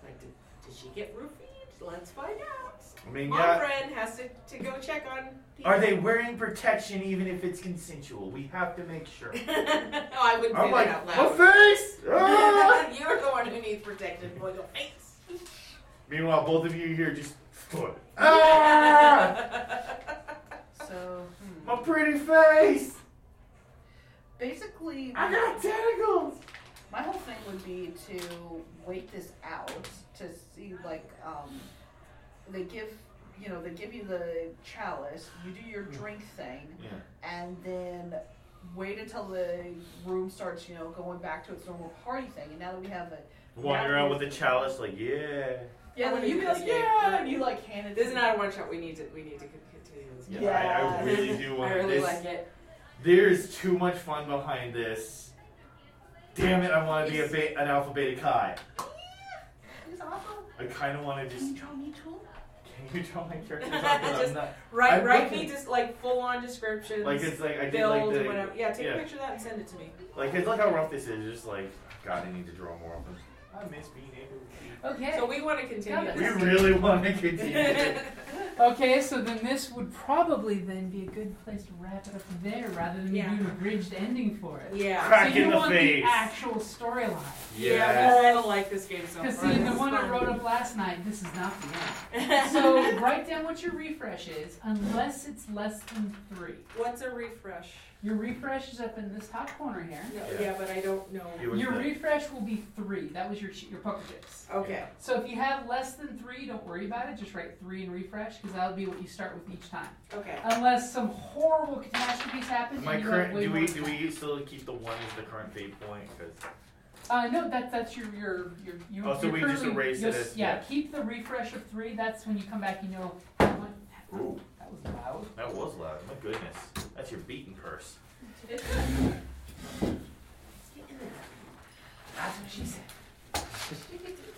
Speaker 5: Like, did, did she get roofied? Let's find out.
Speaker 3: I mean,
Speaker 5: My
Speaker 3: yeah.
Speaker 5: friend has to, to go check on. people.
Speaker 3: Are they wearing protection even if it's consensual? We have to make
Speaker 5: [LAUGHS]
Speaker 3: sure.
Speaker 5: no, Oh, I wouldn't
Speaker 3: I'm
Speaker 5: say
Speaker 3: like,
Speaker 5: that out
Speaker 3: my
Speaker 5: [LAUGHS] loud.
Speaker 3: face!
Speaker 5: [LAUGHS]
Speaker 3: Ah!
Speaker 5: You're the one who needs protection, boy. Your face.
Speaker 3: Meanwhile, both of you here just.
Speaker 5: [LAUGHS]
Speaker 3: Ah!
Speaker 6: So hmm.
Speaker 3: My pretty face!
Speaker 6: basically,
Speaker 3: I got tentacles!
Speaker 6: my whole thing would be to wait this out to see like um they give you know they give you the chalice you do your drink thing
Speaker 3: Yeah.
Speaker 6: and then wait until the room starts you know going back to its normal party thing and now that we have a
Speaker 3: Wander around with a chalice, like, yeah.
Speaker 5: I
Speaker 6: yeah
Speaker 5: wanna
Speaker 6: like, you
Speaker 5: do
Speaker 6: be
Speaker 5: this
Speaker 6: like
Speaker 5: game.
Speaker 6: yeah and you like hand it
Speaker 5: This is
Speaker 6: to-
Speaker 5: not a one shot. We need to we need to con- continue this.
Speaker 3: yeah
Speaker 5: game.
Speaker 3: I, I
Speaker 6: Yeah.
Speaker 3: really do want
Speaker 5: [LAUGHS] I really
Speaker 3: this.
Speaker 5: like it.
Speaker 3: There's too much fun behind this. Damn it, I want to be a ba- an alpha beta chi.
Speaker 6: it's awesome
Speaker 3: I kind of want to
Speaker 6: can
Speaker 3: just.
Speaker 6: you draw me too
Speaker 3: [LAUGHS] Can you draw my
Speaker 5: [LAUGHS]
Speaker 3: character? I'm
Speaker 5: Just-
Speaker 3: not.
Speaker 5: Right,
Speaker 3: I'm
Speaker 5: right.
Speaker 3: looking-
Speaker 5: Me just like full on descriptions.
Speaker 3: Like, it's like, I did like
Speaker 5: build
Speaker 3: the.
Speaker 5: or whatever. Yeah, take
Speaker 3: yeah.
Speaker 5: a picture of that and send it to me.
Speaker 3: Like, it's like how rough this is. Just like, God, I need to draw more of them. I miss being able to.
Speaker 1: Okay.
Speaker 5: So we want to continue.
Speaker 1: Got
Speaker 3: We
Speaker 5: this.
Speaker 3: really want to
Speaker 5: [LAUGHS]
Speaker 3: continue.
Speaker 1: Okay, so then this would probably then be a good place to wrap it up there rather than
Speaker 5: Yeah.
Speaker 1: you do an abridged ending for it.
Speaker 5: yeah.
Speaker 3: Crack
Speaker 1: so you
Speaker 3: in the
Speaker 1: want
Speaker 3: face.
Speaker 1: the actual storyline.
Speaker 5: Yeah, we all like this game so far.
Speaker 1: Because see, the
Speaker 5: This is
Speaker 1: one I
Speaker 5: fun. [LAUGHS]
Speaker 1: wrote up last night, this is not the end. so write down what your refresh is, unless it's less than three.
Speaker 5: What's a refresh?
Speaker 1: Your refresh is up in this top corner here.
Speaker 5: No, yeah. but I don't know.
Speaker 3: It was
Speaker 1: Your
Speaker 3: the-
Speaker 1: refresh will be three. That was your ch- your poker chips.
Speaker 5: Okay.
Speaker 1: So if you have less than three, don't worry about it. Just write three and refresh, because that'll be what you start with each time.
Speaker 5: Okay.
Speaker 1: Unless some horrible catastrophes happen.
Speaker 3: My
Speaker 1: and you have
Speaker 3: current,
Speaker 1: way
Speaker 3: do
Speaker 1: more
Speaker 3: we do
Speaker 1: time.
Speaker 3: we still keep the one as the current fate point? 'Cause
Speaker 1: Uh, no, that, that's your your your. your
Speaker 3: Oh, so
Speaker 1: your
Speaker 3: we just
Speaker 1: currently-
Speaker 3: erase it
Speaker 1: you'll s-
Speaker 3: as-
Speaker 1: yeah,
Speaker 3: yeah.
Speaker 1: keep the refresh of three. That's when you come back. You know. that one-
Speaker 3: Ooh.
Speaker 1: That was loud.
Speaker 3: that was loud. My goodness, that's your beaten purse.
Speaker 5: That's what she said.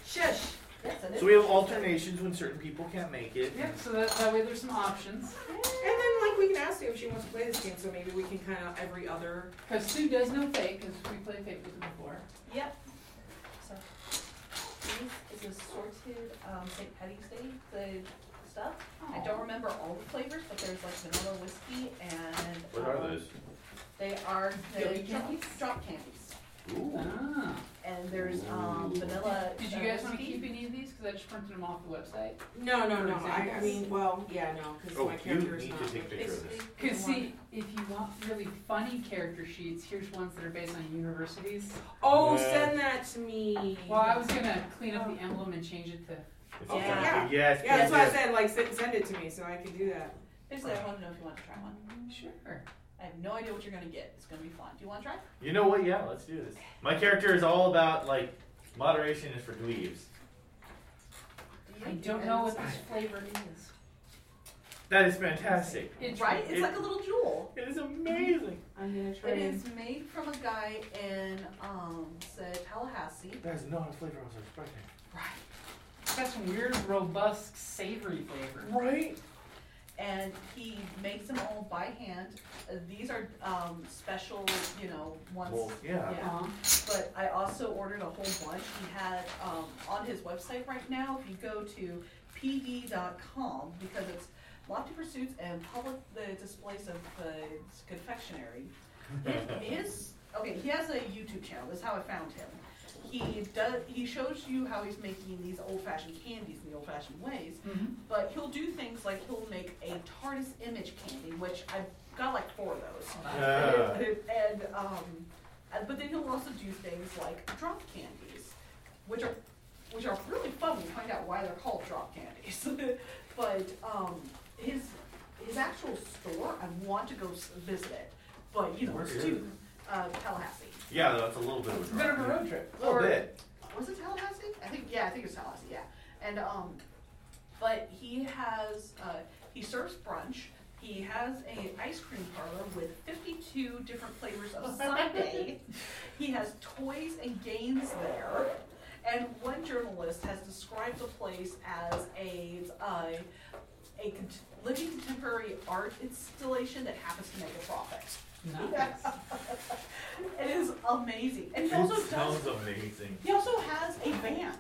Speaker 5: Shush.
Speaker 6: Yes, it is.
Speaker 3: So we have alternations when certain people can't make it.
Speaker 1: Yep. So that, that way there's some options
Speaker 5: And then, like, we can ask you if she wants to play this game, so maybe we can kind of every other.
Speaker 1: because Sue does know fake because we played fake with her before.
Speaker 6: Yep. So these is a sorted um, St. Patty's Day the stuff. I don't remember all the flavors, but there's like vanilla whiskey and
Speaker 3: What are
Speaker 6: um,
Speaker 3: those?
Speaker 6: They are the
Speaker 1: Gummy
Speaker 6: drop-
Speaker 1: candies?
Speaker 6: drop candies.
Speaker 3: Ooh.
Speaker 1: Ah.
Speaker 6: And there's um, vanilla.
Speaker 1: Did
Speaker 6: uh,
Speaker 1: you guys want to
Speaker 6: whiskey.
Speaker 1: keep any of these? Because I just printed them off the website.
Speaker 5: No, no,
Speaker 1: For
Speaker 5: no. I, I
Speaker 1: examples.
Speaker 5: mean, well, yeah, no, because
Speaker 3: Oh,
Speaker 5: my
Speaker 3: you
Speaker 5: character is
Speaker 3: need
Speaker 5: not.
Speaker 3: to take pictures.
Speaker 5: it's-
Speaker 3: Because
Speaker 1: Because see, if you want really funny character sheets, here's ones that are based on universities.
Speaker 5: Oh,
Speaker 3: Yeah.
Speaker 5: send that to me.
Speaker 1: Well, I was gonna clean up the emblem and change it to.
Speaker 3: It's
Speaker 5: Yeah.
Speaker 3: alternative- Yes.
Speaker 5: yeah, that's
Speaker 3: please
Speaker 5: why I
Speaker 3: do.
Speaker 5: said like send, send it to me so I can do that.
Speaker 6: Basically, I want to know if you want to try one.
Speaker 1: Sure.
Speaker 6: I have no idea what you're going to get. It's going to be fun. Do you want to try?
Speaker 3: You know what? Yeah, let's do this. My character is all about like moderation is for dweebs.
Speaker 1: I don't know what this flavor is.
Speaker 3: That is fantastic.
Speaker 1: It's
Speaker 6: right? It's
Speaker 3: it-
Speaker 6: like a little jewel.
Speaker 3: It is amazing.
Speaker 5: I'm gonna try.
Speaker 6: It
Speaker 5: and-
Speaker 6: is made from a guy in, um, say, Tallahassee.
Speaker 3: That is not a flavor I was expecting.
Speaker 6: Right.
Speaker 1: It's got some weird, robust, savory flavor.
Speaker 3: Right.
Speaker 6: And he makes them all by hand. Uh, these are um, special, you know, ones.
Speaker 3: Well, yeah.
Speaker 6: Yeah.
Speaker 1: Uh-huh.
Speaker 6: But I also ordered a whole bunch. He had um, on his website right now. If you go to pd.com because it's lofty pursuits and public the displays of the confectionery. It is okay. He has a YouTube channel. That's how I found him. He does. He shows you how he's making these old-fashioned candies in the old-fashioned ways. But he'll do things like he'll make a TARDIS image candy, which I've got like four of those.
Speaker 3: Yeah.
Speaker 6: [LAUGHS] And, um, uh, but then he'll also do things like drop candies, which are, which are really fun when you find out why they're called drop candies. [LAUGHS] but, um, his, his actual store, I want to go s- visit it, but, you know,
Speaker 3: Where
Speaker 6: it's
Speaker 3: is
Speaker 6: to, uh, Tallahassee.
Speaker 3: Yeah, that's a little bit of a
Speaker 1: It's a bit of a
Speaker 3: drop.
Speaker 1: road trip.
Speaker 3: A little bit.
Speaker 6: Was it Tallahassee? I think, yeah, I think it's Tallahassee, yeah. And, um, but he has, uh, he serves brunch. He has a ice cream parlor with 52 different flavors of sundae. he has toys and games there. And one journalist has described the place as a, uh, a cont- living contemporary art installation that happens to make a profit.
Speaker 1: Nice.
Speaker 5: [LAUGHS]
Speaker 6: It is amazing. And he also
Speaker 3: It
Speaker 6: does
Speaker 3: sounds amazing.
Speaker 6: he also has a band.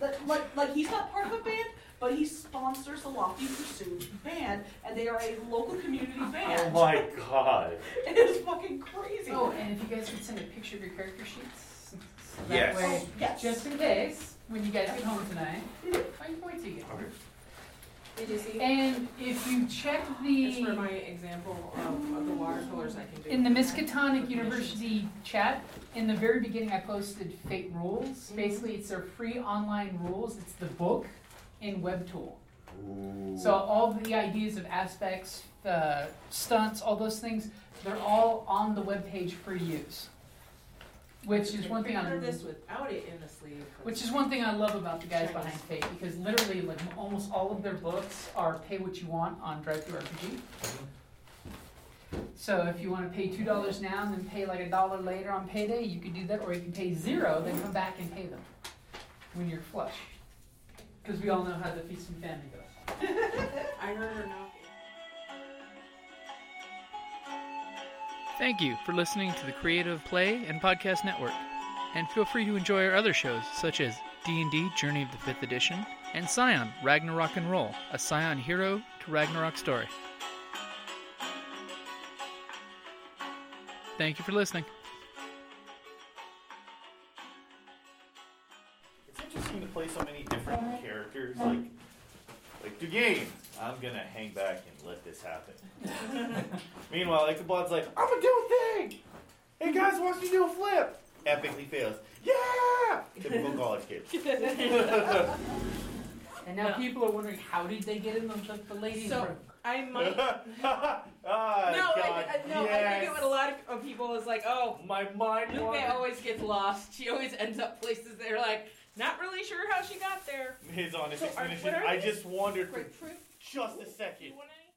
Speaker 6: That, like, like he's not part of a band, but he sponsors the Lofty Pursuit band, and they are a local community
Speaker 3: Oh
Speaker 6: band.
Speaker 3: my god.
Speaker 6: [LAUGHS] It is fucking crazy.
Speaker 1: Oh, and if you guys could send a picture of your character sheets. so that
Speaker 3: Yes.
Speaker 1: way-
Speaker 6: Oh, yes.
Speaker 1: Just in case, when you guys get home tonight, I can point to you.
Speaker 5: Hmm. Did you see?
Speaker 1: And if you check
Speaker 5: It's for
Speaker 1: the,
Speaker 5: my example of, of the watercolors I can do.
Speaker 1: in the Miskatonic University chat, in the very beginning, I posted Fate Rules.
Speaker 5: Mhm.
Speaker 1: Basically, it's their free online rules. It's the book in WebTool.
Speaker 3: Ooh.
Speaker 1: So all the ideas of aspects, the stunts, all those things, they're all on the webpage for use. Which is one thing
Speaker 5: I
Speaker 1: I'm,
Speaker 5: this without it in the sleeve.
Speaker 1: which is one thing I love about the guys behind Fate because literally like almost all of their books are pay what you want on Drive Through RPG. So if you want to pay two dollars now and then pay like a dollar later on payday, you could do that, or you can pay zero, then come back and pay them when you're flush. Because we all know how the feast and famine goes.
Speaker 5: I heard her knocking.
Speaker 10: Thank you for listening to the Creative Play and Podcast Network. and feel free to enjoy our other shows such as D&D Journey of the 5th Edition and Scion Ragnarok and Roll, a Scion hero to Ragnarok story. Thank you for listening.
Speaker 3: It's interesting to play so many different characters, like like the game. I'm gonna hang back and let this happen. Meanwhile, Ichabod's like, I'm gonna do a thing. Hey guys, watch me do a flip. Epically fails. Yeah. Typical college kid.
Speaker 1: [LAUGHS] And now people are wondering how did they get in the, the, the ladies'
Speaker 5: So-
Speaker 1: room?
Speaker 5: I might. no,
Speaker 3: [LAUGHS] oh, God.
Speaker 5: I, I, no I think
Speaker 3: yes.
Speaker 5: it would a lot of people is like, oh,
Speaker 3: My mind
Speaker 5: Lupe
Speaker 3: wandered.
Speaker 5: always gets lost. She always ends up places that are like, not really sure how she got there.
Speaker 3: His honest
Speaker 5: So are- what
Speaker 3: explanation.
Speaker 5: are
Speaker 3: I
Speaker 5: these?
Speaker 3: just wandered for
Speaker 5: Grapefruit?
Speaker 3: just a second.
Speaker 5: You want any?